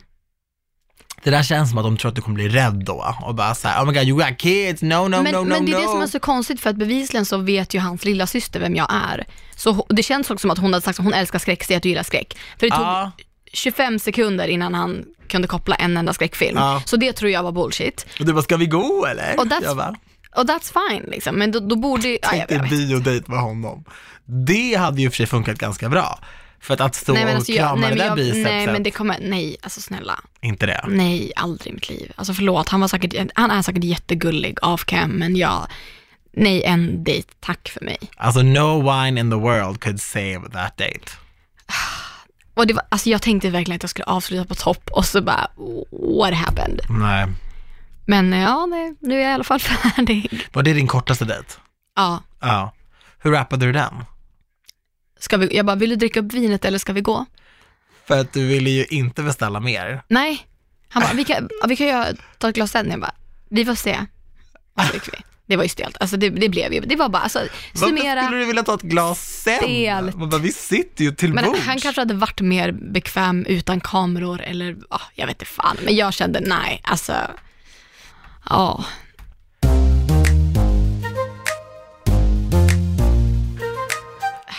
Speaker 1: det där känns som att de tror att du kommer bli rädd då och bara så här, oh my god, you got kids, no, no,
Speaker 2: men,
Speaker 1: no, no,
Speaker 2: men det är
Speaker 1: no.
Speaker 2: det som är så konstigt för att bevisligen så vet ju hans lilla syster vem jag är. Så ho- det känns också som att hon hade sagt att hon älskar skräck, säg att du gillar skräck. För det tog
Speaker 1: Ja,
Speaker 2: 25 sekunder innan han kunde koppla en enda skräckfilm.
Speaker 1: Ja.
Speaker 2: Så det tror jag var bullshit.
Speaker 1: och du bara, ska vi gå eller?
Speaker 2: Och that's-
Speaker 1: jag bara,
Speaker 2: Och that's fine liksom, men då, då borde ju... Ja, jag
Speaker 1: tänkte
Speaker 2: vet.
Speaker 1: biodejt med honom. Det hade ju i och för sig funkat ganska bra. För att, att stå
Speaker 2: Nej men alltså,
Speaker 1: och krama
Speaker 2: jag, nej,
Speaker 1: det
Speaker 2: men
Speaker 1: där
Speaker 2: jag,
Speaker 1: bicepset,
Speaker 2: nej men det kommer, nej alltså snälla.
Speaker 1: inte det.
Speaker 2: Nej, aldrig i mitt liv. Alltså förlåt, han, var säkert, han är säkert jättegullig off cam, men jag, nej en dejt, tack för mig.
Speaker 1: Alltså no wine in the world could save that date.
Speaker 2: Och det var, alltså jag tänkte verkligen att jag skulle avsluta på topp och så bara, what happened?
Speaker 1: Nej.
Speaker 2: Men eh, ja, nej, nu är jag i alla fall färdig.
Speaker 1: Var det din kortaste dejt?
Speaker 2: Ja,
Speaker 1: Ja. Hur rappade du den?
Speaker 2: ska vi, jag bara, vill du dricka upp vinet eller ska vi gå?
Speaker 1: För att du ville ju inte beställa mer.
Speaker 2: Nej. Han bara, vi kan, ja, vi kan ju ta ett glas sen. Jag bara, vi får se. Och så gick vi. Det var ju stelt. Alltså det, det blev ju, det var bara, alltså
Speaker 1: Varför skulle
Speaker 2: summera.
Speaker 1: du vilja ta ett glas sen?
Speaker 2: Stelt.
Speaker 1: Man Bara, vi sitter ju till
Speaker 2: Men
Speaker 1: bords.
Speaker 2: han kanske hade varit mer bekväm utan kameror eller, ja, jag vet inte fan. Men jag kände nej, alltså, ja.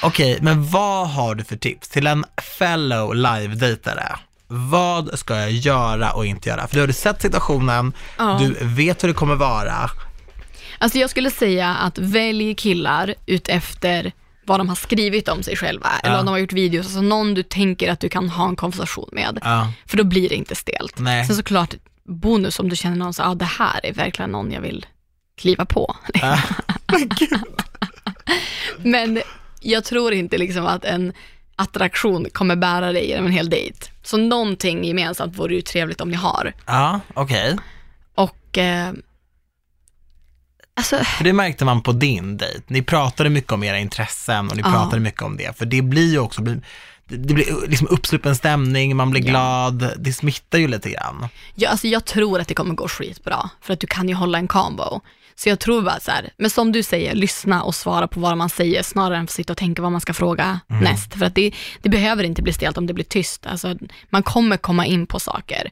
Speaker 1: Okej, men vad har du för tips till en fellow live-dejtare? Vad ska jag göra och inte göra? För du har sett situationen,
Speaker 2: Ja.
Speaker 1: du vet hur det kommer vara.
Speaker 2: Alltså jag skulle säga att välj killar utefter vad de har skrivit om sig själva, eller om de har gjort videos, alltså någon du tänker att du kan ha en konversation med.
Speaker 1: Ja.
Speaker 2: För då blir det inte stelt.
Speaker 1: Nej.
Speaker 2: Sen såklart bonus om du känner någon så, ah, det här är verkligen någon jag vill kliva på.
Speaker 1: Men gud.
Speaker 2: Men jag tror inte liksom att en attraktion kommer bära dig genom en hel dejt. Så någonting gemensamt vore ju trevligt om ni har.
Speaker 1: Ja, okej.
Speaker 2: Och eh, alltså,
Speaker 1: För det märkte man på din dejt. Ni pratade mycket om era intressen och ni
Speaker 2: Ja.
Speaker 1: pratade mycket om det. För det blir ju också, det det blir liksom uppsluppen stämning, man blir
Speaker 2: Ja.
Speaker 1: glad, det smittar ju lite grann.
Speaker 2: Ja, alltså jag tror att det kommer gå skitbra, för att du kan ju hålla en combo. Så jag tror bara så här, men som du säger, lyssna och svara på vad man säger snarare än att sitta och tänka vad man ska fråga näst. För att det, det behöver inte bli stelt om det blir tyst. Alltså, man kommer komma in på saker.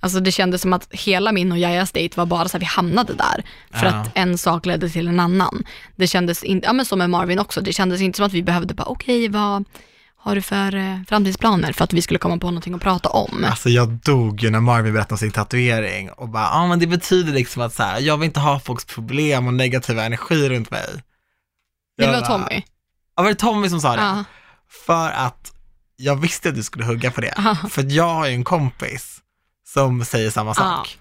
Speaker 2: Alltså det kändes som att hela min och Jajas dejt var bara så här, vi hamnade där. För
Speaker 1: Ja.
Speaker 2: att en sak ledde till en annan. Det kändes inte, ja men som med Marvin också, det kändes inte som att vi behövde bara, okej vad har du för eh, framtidsplaner? För att vi skulle komma på någonting att prata om.
Speaker 1: Alltså jag dog ju när Marvin berättade om sin tatuering och bara, ja ah, men det betyder liksom att så här, jag vill inte ha folks problem och negativa energi runt mig.
Speaker 2: det
Speaker 1: Jag
Speaker 2: var
Speaker 1: bara-
Speaker 2: Tommy.
Speaker 1: Ja, var det Tommy som sa det?
Speaker 2: Ja.
Speaker 1: För att jag visste att du skulle hugga på det.
Speaker 2: Ja.
Speaker 1: För att jag har ju en kompis som säger samma sak.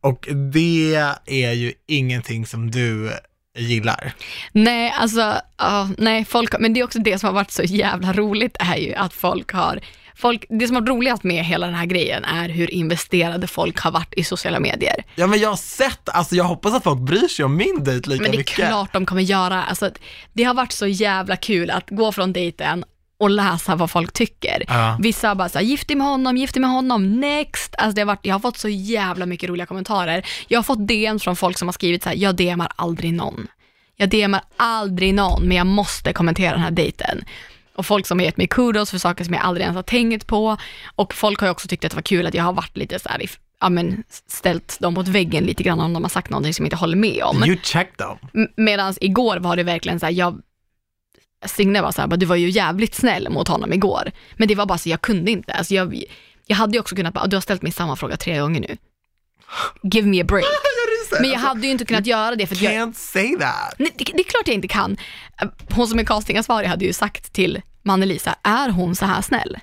Speaker 1: Och det är ju ingenting som du gillar.
Speaker 2: Nej, alltså, ja, nej, folk, men det är också det som har varit så jävla roligt är ju att folk har, folk, det som har varit roligast med hela den här grejen är hur investerade folk har varit i sociala medier.
Speaker 1: Ja men jag har sett, alltså jag hoppas att folk bryr sig om min dejt lika
Speaker 2: Men det är
Speaker 1: mycket.
Speaker 2: klart de kommer göra, alltså, att det har varit så jävla kul att gå från dejten och läsa vad folk tycker.
Speaker 1: Ja.
Speaker 2: Vissa har bara såhär, gift dig med honom, gift dig med honom, next. Alltså det har varit, jag har fått så jävla mycket roliga kommentarer. Jag har fått DM från folk som har skrivit såhär, jag DMar aldrig någon. Jag DMar aldrig någon, men jag måste kommentera den här dejten. Och folk som har gett mig kudos för saker som jag aldrig ens har tänkt på. Och folk har ju också tyckt att det var kul att jag har varit lite såhär, if- ja men ställt dem mot väggen lite grann om de har sagt någonting som jag inte håller med om.
Speaker 1: You check them.
Speaker 2: Medan igår var det verkligen så här, jag Signe var så här, bara, du var ju jävligt snäll mot honom igår. Men det var bara så, jag kunde inte. Alltså jag, jag hade ju också kunnat bara, du har ställt mig samma fråga tre gånger nu. Give me a break. Men jag hade ju inte kunnat göra det för att jag,
Speaker 1: Alltså, Can't say that.
Speaker 2: Nej, det, det är klart jag inte kan. Hon som är castingansvarig hade ju sagt till Manelisa, är hon så här snäll?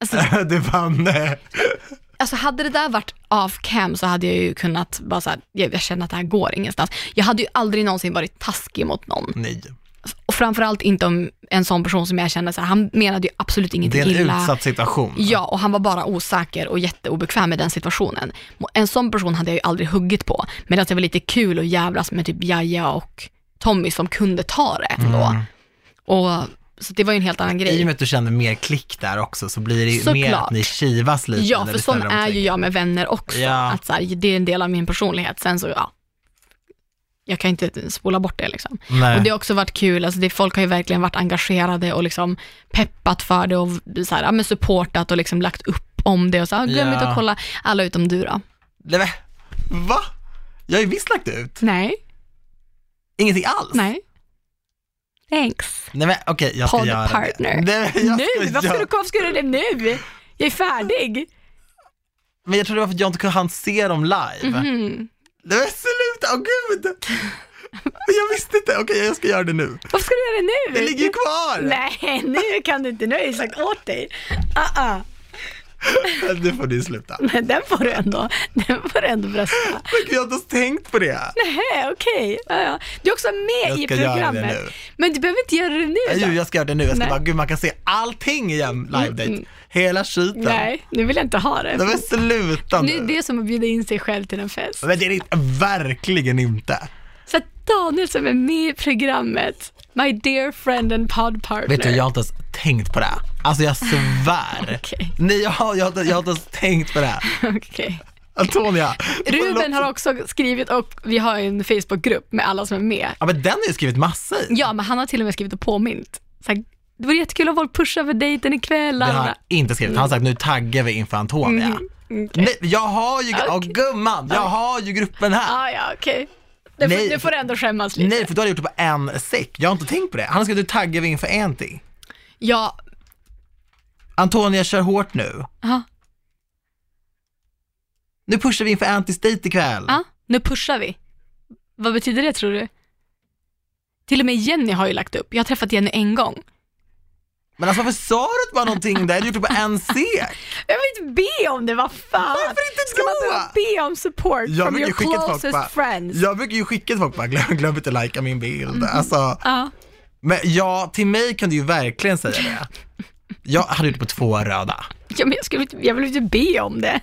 Speaker 2: Alltså,
Speaker 1: du bara, nej.
Speaker 2: alltså hade det där varit off cam så hade jag ju kunnat bara så här, jag, jag känner att det här går ingenstans. Jag hade ju aldrig någonsin varit taskig mot någon.
Speaker 1: Nej.
Speaker 2: och framförallt inte om en sån person som jag kände, så här, han menade ju absolut
Speaker 1: Det
Speaker 2: ingenting
Speaker 1: är en
Speaker 2: illa.
Speaker 1: utsatt situation.
Speaker 2: Ja, och han var bara osäker och jätteobekväm i den situationen. En sån person hade jag ju aldrig huggit på, medan det var lite kul att jävlas med typ Jaja och Tommy som kunde ta det ändå. Och, så det var ju en helt annan
Speaker 1: Mm. I och
Speaker 2: grej.
Speaker 1: med att du känner mer klick där också så blir det ju mer
Speaker 2: Såklart.
Speaker 1: att ni kivas lite.
Speaker 2: Ja,
Speaker 1: när
Speaker 2: för
Speaker 1: du
Speaker 2: sån
Speaker 1: ställer dem
Speaker 2: är ju
Speaker 1: till-
Speaker 2: jag med vänner också.
Speaker 1: Ja.
Speaker 2: Att så här, det är en del av min personlighet. Sen så, ja, jag kan inte spola bort det liksom.
Speaker 1: Nej.
Speaker 2: Och det har också varit kul, alltså det, folk har ju verkligen varit engagerade och liksom peppat för det och så här, ja, men supportat och liksom lagt upp om det och så här, glöm
Speaker 1: Ja.
Speaker 2: inte att kolla alla utom du då.
Speaker 1: Nej, men, va? Jag har ju visst lagt ut.
Speaker 2: Nej,
Speaker 1: Ingenting alls.
Speaker 2: nej. Thanks.
Speaker 1: Nej men okej, jag ska göra
Speaker 2: Poddpartner.
Speaker 1: det. Nej, men, jag
Speaker 2: Nu,
Speaker 1: ska
Speaker 2: varför ska
Speaker 1: göra...
Speaker 2: du, varför ska du det nu? Jag är färdig.
Speaker 1: men jag tror det var för att jag inte kunde han se dem live.
Speaker 2: Mm.
Speaker 1: Nej men sluta, åh gud! Jag visste inte, okej jag ska göra det nu.
Speaker 2: Varför ska du göra det nu?
Speaker 1: Det ligger ju kvar!
Speaker 2: Nej, nu kan du inte, nu har jag ju sagt åt dig. Uh-uh.
Speaker 1: Nu får du sluta.
Speaker 2: Men den får du ändå, den får du ändå brösta.
Speaker 1: Men gud, jag har inte ens tänkt på det.
Speaker 2: Nej, okej. Ja, ja. Du är också med
Speaker 1: Jag
Speaker 2: i
Speaker 1: ska göra det
Speaker 2: programmet.
Speaker 1: nu.
Speaker 2: Men du behöver inte göra det nu
Speaker 1: Jo,
Speaker 2: då.
Speaker 1: jag ska göra det nu. Jag ska
Speaker 2: Nej. Mm,
Speaker 1: bara, gud man kan se allting igen live-date. Hela skiten.
Speaker 2: Nej, nu vill jag inte ha det.
Speaker 1: Nej men sluta
Speaker 2: Nu är
Speaker 1: nu.
Speaker 2: det som att bjuda in sig själv till en fest.
Speaker 1: Men det är det verkligen inte.
Speaker 2: Så att Daniel som är med i programmet, my dear friend and pod partner.
Speaker 1: Vet du, jag har inte ens tänkt på det. Alltså jag svär.
Speaker 2: Okej.
Speaker 1: Nej, jag, har- jag, har inte- jag har inte ens tänkt på det.
Speaker 2: Okej.
Speaker 1: Antonia.
Speaker 2: Ruben
Speaker 1: förlåt.
Speaker 2: har också skrivit och vi har ju en Facebookgrupp med alla som är med.
Speaker 1: Ja men den har ju skrivit massa i.
Speaker 2: Ja, men han har till och med skrivit och påmint. Så här, det vore jättekul om folk pushar för dejten ikväll.
Speaker 1: Det har han
Speaker 2: Anna." Mm,
Speaker 1: inte skrivit. Han har sagt nu taggar vi inför Antonia. Nej, jag har ju, åh
Speaker 2: Okej.
Speaker 1: gumman, jag har ju gruppen här.
Speaker 2: Ah, ja, okej. Nu får-
Speaker 1: Nej.
Speaker 2: Nu får du ändå skämmas lite.
Speaker 1: Nej, för du har gjort det på en säck. Jag har inte tänkt på det. Han har skrivit nu taggar vi inför en ting.
Speaker 2: Ja,
Speaker 1: Antonia kör hårt nu.
Speaker 2: Ja.
Speaker 1: Nu pushar vi inför anti-state ikväll.
Speaker 2: Ja, nu pushar vi. Vad betyder det tror du? Till och med Jenny har ju lagt upp. Jag har träffat Jenny en gång.
Speaker 1: Men alltså varför sa du inte bara någonting där? Du har gjort det på en sek.
Speaker 2: Jag vill inte be om det, vad fan!
Speaker 1: Varför inte
Speaker 2: Ska man
Speaker 1: då?
Speaker 2: behöva be om support
Speaker 1: Jag
Speaker 2: from
Speaker 1: brukar
Speaker 2: your
Speaker 1: ju skicka till folk
Speaker 2: closest
Speaker 1: bara-
Speaker 2: friends? Mm-hmm.
Speaker 1: Jag brukar ju skicka till folk bara, glöm, glöm inte att likea min bild. Alltså,
Speaker 2: Ja.
Speaker 1: men ja, till mig kan du ju verkligen säga det. Jag hade gjort det på två röda.
Speaker 2: ja, men jag, skulle, inte- jag vill inte be om det.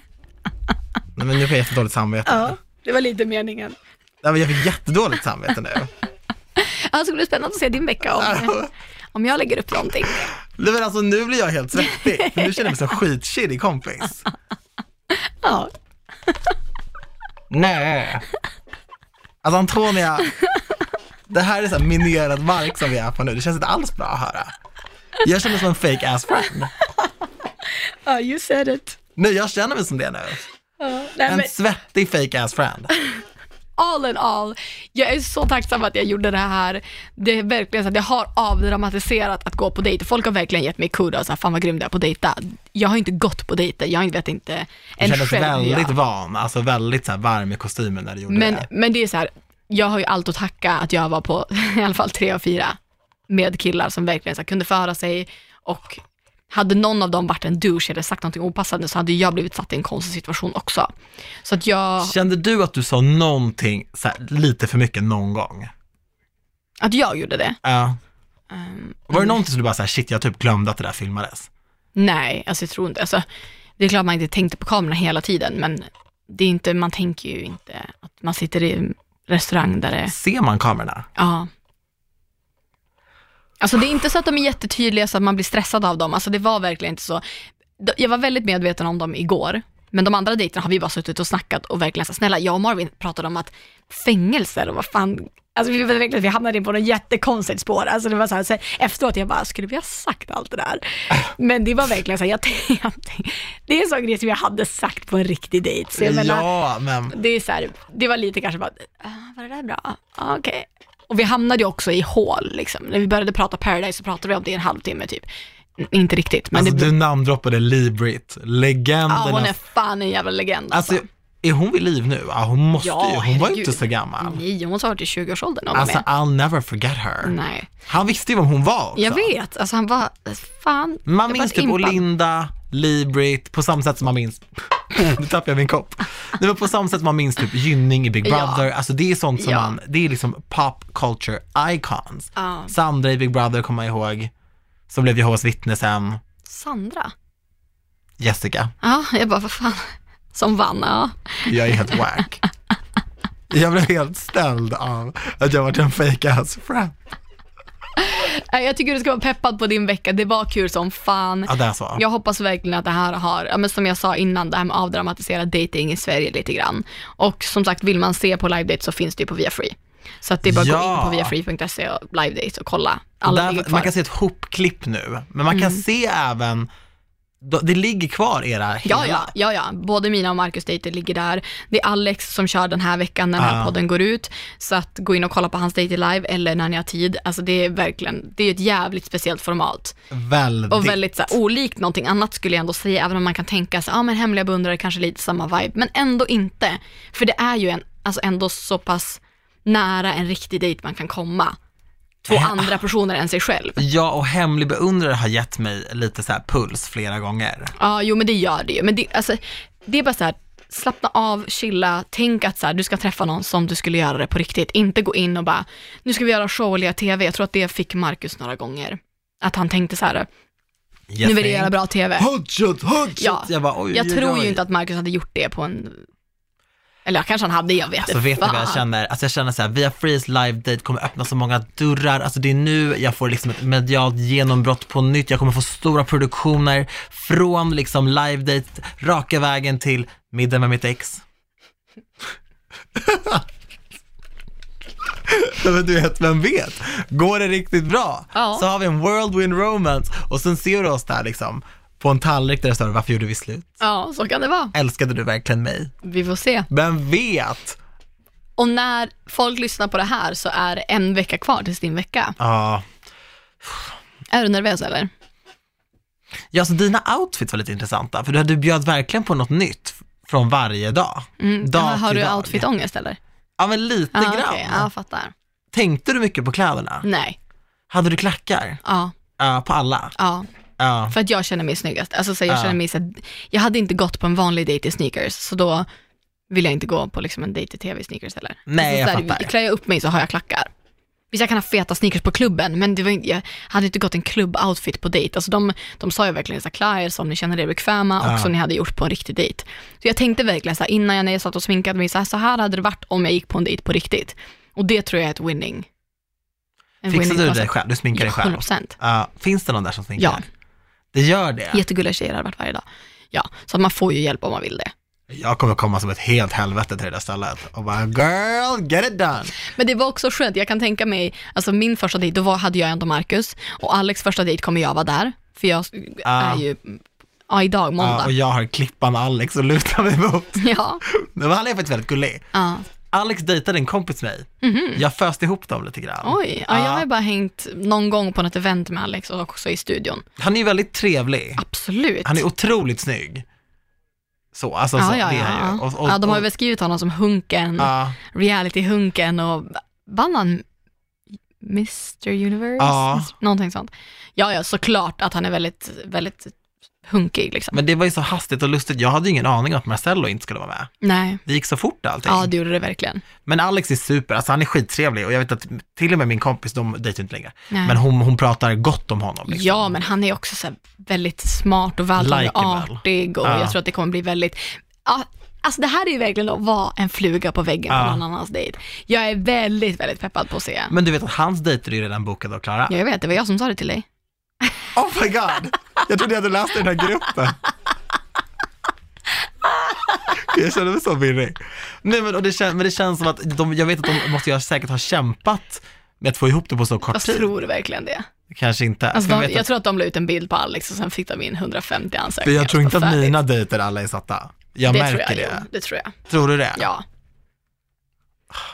Speaker 1: Nej men nu får jag jättedåligt samvete.
Speaker 2: Ja, det var lite meningen.
Speaker 1: Nej, men jag fick jättedåligt samvete nu.
Speaker 2: Alltså, det blir spännande att se din vecka om, om jag lägger upp någonting.
Speaker 1: Nej, men alltså, nu blir jag helt svettig, för nu känner jag mig som skitkittig kompis.
Speaker 2: Ja.
Speaker 1: Nej. Alltså Antonia, det här är så här minerad mark som vi är på nu. Det känns inte alls bra att höra. Jag känner mig som en fake ass friend.
Speaker 2: ja, you said it.
Speaker 1: Nej, jag känner mig som det nu.
Speaker 2: Ja. Nej,
Speaker 1: En
Speaker 2: men,
Speaker 1: svettig fake ass friend.
Speaker 2: all in all, jag är så tacksam att jag gjorde det här. Det är verkligen så att jag har avdramatiserat att gå på dejter. Folk har verkligen gett mig kudos, så här, fan vad grym du är på att dejta. Jag har inte gått på dejter, jag vet inte
Speaker 1: Du
Speaker 2: en
Speaker 1: kändes
Speaker 2: själv hur jag-
Speaker 1: väldigt van, alltså väldigt så här varm i kostymen när du gjorde
Speaker 2: men,
Speaker 1: det.
Speaker 2: men det är så här, jag har ju allt att tacka att jag var på i alla fall tre av fyra med killar som verkligen så här, kunde föra sig och hade någon av dem varit en douche eller sagt någonting opassande så hade jag blivit satt i en konstig situation också. Så att jag,
Speaker 1: Kände du att du sa någonting så här, lite för mycket någon gång?
Speaker 2: att jag gjorde det.
Speaker 1: Ja.
Speaker 2: Ehm,
Speaker 1: Var det någonting som du bara såhär, shit jag typ glömde att det där filmades?
Speaker 2: Nej, alltså jag tror inte, alltså, det är klart man inte tänkte på kameran hela tiden, men det är inte, man tänker ju inte att man sitter i en restaurang där det,
Speaker 1: Ser man kamerorna?
Speaker 2: ja. Alltså det är inte så att de är jättetydliga så att man blir stressad av dem, alltså det var verkligen inte så. D- Jag var väldigt medveten om dem igår, men de andra dejterna har vi bara suttit och snackat och verkligen så snälla, jag och Marvin pratade om att fängelser och vad fan, alltså vi, var verkligen, vi hamnade in på något jättekonstigt spår. Alltså det var så här, så här, efteråt jag bara, skulle vi ha sagt allt det där? Men det var verkligen så här, jag tänkte, det är en sån grej som jag hade sagt på en riktig dejt. Så jag menar,
Speaker 1: ja, men
Speaker 2: det är så här, det var lite kanske bara, "Ah, var det där bra? Ah, Okej. Och vi hamnade ju också i hål liksom. När vi började prata Paradise så pratade vi om det i en halvtimme typ. N- inte riktigt, men
Speaker 1: alltså,
Speaker 2: det
Speaker 1: du namndroppade Librit,
Speaker 2: ja, hon är
Speaker 1: legendernas...
Speaker 2: fan en jävla legend alltså.
Speaker 1: Alltså, är hon vid liv nu? Ja, hon måste
Speaker 2: Ja,
Speaker 1: ju, hon var ju
Speaker 2: herregud. Mm,
Speaker 1: inte så gammal.
Speaker 2: Nej, hon måste ha varit i 20-årsåldern om
Speaker 1: Alltså,
Speaker 2: alltså,
Speaker 1: I'll never forget her.
Speaker 2: Nej,
Speaker 1: Han visste ju vem hon var också.
Speaker 2: Mm. jag vet. Alltså han var, fan. jag
Speaker 1: Man
Speaker 2: var
Speaker 1: minns
Speaker 2: så
Speaker 1: typ
Speaker 2: impad.
Speaker 1: Olinda, Librit, på samma sätt som man minns, nu tappade jag min kopp. Det var på samma sätt som man minns typ Gynning i Big
Speaker 2: Ja.
Speaker 1: Brother, alltså det är sånt som
Speaker 2: Ja.
Speaker 1: man, det är liksom pop culture icons.
Speaker 2: Ja.
Speaker 1: Sandra i Big Brother kommer jag ihåg, som blev Jehovas vittne sen,
Speaker 2: Sandra.
Speaker 1: Jessica,
Speaker 2: Ja, jag bara, vad fan. Som vann, ja.
Speaker 1: jag är helt wack. Jag blev helt ställd av att jag varit en fake ass friend.
Speaker 2: Nej, Jag tycker du ska vara peppad på din vecka. Det var kul som fan.
Speaker 1: Ja, det är så.
Speaker 2: Jag hoppas verkligen att det här har, ja, men som jag sa innan, det här med avdramatisera dating i Sverige lite grann. Och som sagt, vill man se på live date så finns det ju på Viafree. Så att det är bara att
Speaker 1: Ja.
Speaker 2: gå in på viafree.se och live date och kolla.
Speaker 1: Och
Speaker 2: Alla
Speaker 1: där,
Speaker 2: ligger kvar. Mm.
Speaker 1: man kan se ett hopklipp nu, men man kan se även, då- det ligger kvar era
Speaker 2: Ja,
Speaker 1: hela.
Speaker 2: ja, ja, ja. Både mina och Marcus dejter ligger där. Det är Alex som kör den här veckan när den här
Speaker 1: Ah.
Speaker 2: podden går ut. Så att gå in och kolla på hans dejter live eller när ni har tid. Alltså det är verkligen, det är ett jävligt speciellt format.
Speaker 1: Väldigt.
Speaker 2: Och väldigt så här, olikt någonting annat skulle jag ändå säga, även om man kan tänka sig, ja men hemliga beundrare kanske lite samma vibe, men ändå inte. För det är ju en, alltså ändå så pass nära en riktig dejt man kan komma. Två
Speaker 1: Äh.
Speaker 2: andra personer än sig själv.
Speaker 1: Ja, och hemlig beundrare har gett mig lite så här puls flera gånger.
Speaker 2: Ja, jo men det gör det ju. Men det, alltså, det är bara så här, slappna av, chilla, tänk att så här, du ska träffa någon som du skulle göra det på riktigt. Inte gå in och bara, nu ska vi göra show eller göra tv. Jag tror att det fick Marcus några gånger. Att han tänkte så här,
Speaker 1: Yes,
Speaker 2: nu vill jag göra bra tv.
Speaker 1: Hotshot, hotshot!
Speaker 2: Ja,
Speaker 1: Jag, bara, oj,
Speaker 2: Jag
Speaker 1: oj,
Speaker 2: tror
Speaker 1: oj.
Speaker 2: ju inte att Marcus hade gjort det på en... Eller ja, kanske han hade, jag vet
Speaker 1: Så Alltså, vet ni vad jag
Speaker 2: fan.
Speaker 1: känner? Alltså jag känner så här, via Freeze live date kommer öppna så många dörrar. Alltså det är nu jag får liksom ett medialt genombrott på nytt. Jag kommer få stora produktioner från liksom live date raka vägen till middag med mitt ex. Ja, Men du vet, vem vet? Går det riktigt bra
Speaker 2: Ja.
Speaker 1: så har vi en whirlwind romance och sen ser du oss där liksom på en tallrik där det står varför gjorde vi slut?
Speaker 2: Ja, så kan det vara.
Speaker 1: Älskade du verkligen mig?
Speaker 2: Vi får se.
Speaker 1: Vem vet?
Speaker 2: Och när folk lyssnar på det här så är det en vecka kvar tills din vecka.
Speaker 1: Ja,
Speaker 2: Är du nervös eller?
Speaker 1: Ja, så dina outfits var lite intressanta, för du, hade- du bjöd verkligen på något nytt från varje dag. dag
Speaker 2: Mm, Har
Speaker 1: till
Speaker 2: du
Speaker 1: dag.
Speaker 2: outfitångest eller?
Speaker 1: Ja, men lite
Speaker 2: Ja,
Speaker 1: grann.
Speaker 2: okej. Ja, fattar.
Speaker 1: Tänkte du mycket på kläderna?
Speaker 2: Nej.
Speaker 1: Hade du klackar?
Speaker 2: Ja,
Speaker 1: Ja, på alla?
Speaker 2: ja.
Speaker 1: Ja.
Speaker 2: För att jag känner mig snyggast. Alltså, så jag,
Speaker 1: Ja.
Speaker 2: känner mig, så här- jag hade inte gått på en vanlig dejt i sneakers, så då vill jag inte gå på liksom, en dejt i tv i sneakers heller.
Speaker 1: Nej,
Speaker 2: alltså,
Speaker 1: jag
Speaker 2: så
Speaker 1: fattar.
Speaker 2: Klär jag upp mig så har jag klackar. Visst, jag kan ha feta sneakers på klubben, men det var inte, jag hade inte gått en klubboutfit på dejt. Alltså, de, de sa ju verkligen så här, klä er som ni känner er bekväma och
Speaker 1: Ja.
Speaker 2: som ni hade gjort på en riktig dejt. Så jag tänkte verkligen så här, innan jag, när jag satt och sminkade mig, så här, så här hade det varit om jag gick på en dejt på riktigt. Och det tror jag är ett winning. en
Speaker 1: Fixade du
Speaker 2: winning
Speaker 1: dig själv? Du sminkade dig
Speaker 2: Ja,
Speaker 1: själv?
Speaker 2: 100%.
Speaker 1: Ja. Finns det någon där som sminkar?
Speaker 2: Ja.
Speaker 1: Det gör det?
Speaker 2: Jättegulliga tjejer hade varit varje dag. Ja, så att man får ju hjälp om man vill det.
Speaker 1: Jag kommer komma som ett helt helvete till det där stället och bara “girl, get it done”.
Speaker 2: Men det var också skönt, jag kan tänka mig, alltså min första dejt, då var, hade jag ändå Marcus och Alex första dejt kommer jag vara där, för jag
Speaker 1: Ah.
Speaker 2: är ju, ja idag,
Speaker 1: Ja,
Speaker 2: måndag.
Speaker 1: och jag har klippan Alex och lutar mig mot.
Speaker 2: Ja, Ah.
Speaker 1: Men han är faktiskt väldigt gullig.
Speaker 2: ja.
Speaker 1: Alex dejtade en kompis med mig. Jag föste ihop dem lite grann.
Speaker 2: Mhm. Oj, ja, jag
Speaker 1: Ja.
Speaker 2: har ju bara hängt någon gång på något event med Alex och också i studion.
Speaker 1: Han är ju väldigt trevlig.
Speaker 2: Absolut.
Speaker 1: Han är otroligt snygg. Så, alltså så,
Speaker 2: ja, ja,
Speaker 1: det
Speaker 2: ja,
Speaker 1: är han ju.
Speaker 2: ja.
Speaker 1: Och- och-
Speaker 2: ja, de har ju
Speaker 1: och-
Speaker 2: beskrivit honom som hunken,
Speaker 1: Ja,
Speaker 2: reality-hunken och vann han Mr Universe?
Speaker 1: Ja.
Speaker 2: Någonting sånt. Ja, ja, såklart att han är väldigt, väldigt hunkig liksom.
Speaker 1: men det var ju så hastigt och lustigt. Jag hade ju ingen aning om att Marcello inte skulle vara med.
Speaker 2: Nej,
Speaker 1: Det gick så fort allting.
Speaker 2: ja det gjorde det verkligen.
Speaker 1: Men Alex är super, alltså han är skittrevlig och jag vet att till och med min kompis, de dejtar ju inte längre.
Speaker 2: Nej.
Speaker 1: Men hon, hon pratar gott om honom. Liksom.
Speaker 2: Ja, men han är också så här väldigt smart och väldigt
Speaker 1: Likeable.
Speaker 2: artig och
Speaker 1: Ja.
Speaker 2: jag tror att det kommer bli väldigt, ja, alltså det här är ju verkligen att vara en fluga på väggen
Speaker 1: Ja.
Speaker 2: på någon annans dejt. Jag är väldigt, väldigt peppad på att se.
Speaker 1: Men du vet att hans dejter är ju redan bokade och klara.
Speaker 2: Ja, jag vet, det var jag som sa det till dig.
Speaker 1: Oh my god! Jag trodde jag hade läst i den här gruppen. Jag känner mig så virrig. Nej men, och det, kän, men det känns som att de, jag vet att de måste ju säkert ha kämpat med att få ihop det på så kort
Speaker 2: Jag
Speaker 1: tid.
Speaker 2: tror verkligen det.
Speaker 1: Kanske inte.
Speaker 2: Alltså,
Speaker 1: Men
Speaker 2: de,
Speaker 1: vet
Speaker 2: jag
Speaker 1: att-
Speaker 2: tror att de la ut en bild på Alex och sen fick de in 150
Speaker 1: för
Speaker 2: ansökningar.
Speaker 1: jag tror inte
Speaker 2: Så
Speaker 1: att
Speaker 2: färdigt.
Speaker 1: mina dejter alla är satta. Jag
Speaker 2: det tror
Speaker 1: märker
Speaker 2: jag,
Speaker 1: det.
Speaker 2: Jo, det tror jag.
Speaker 1: Tror du det?
Speaker 2: Ja.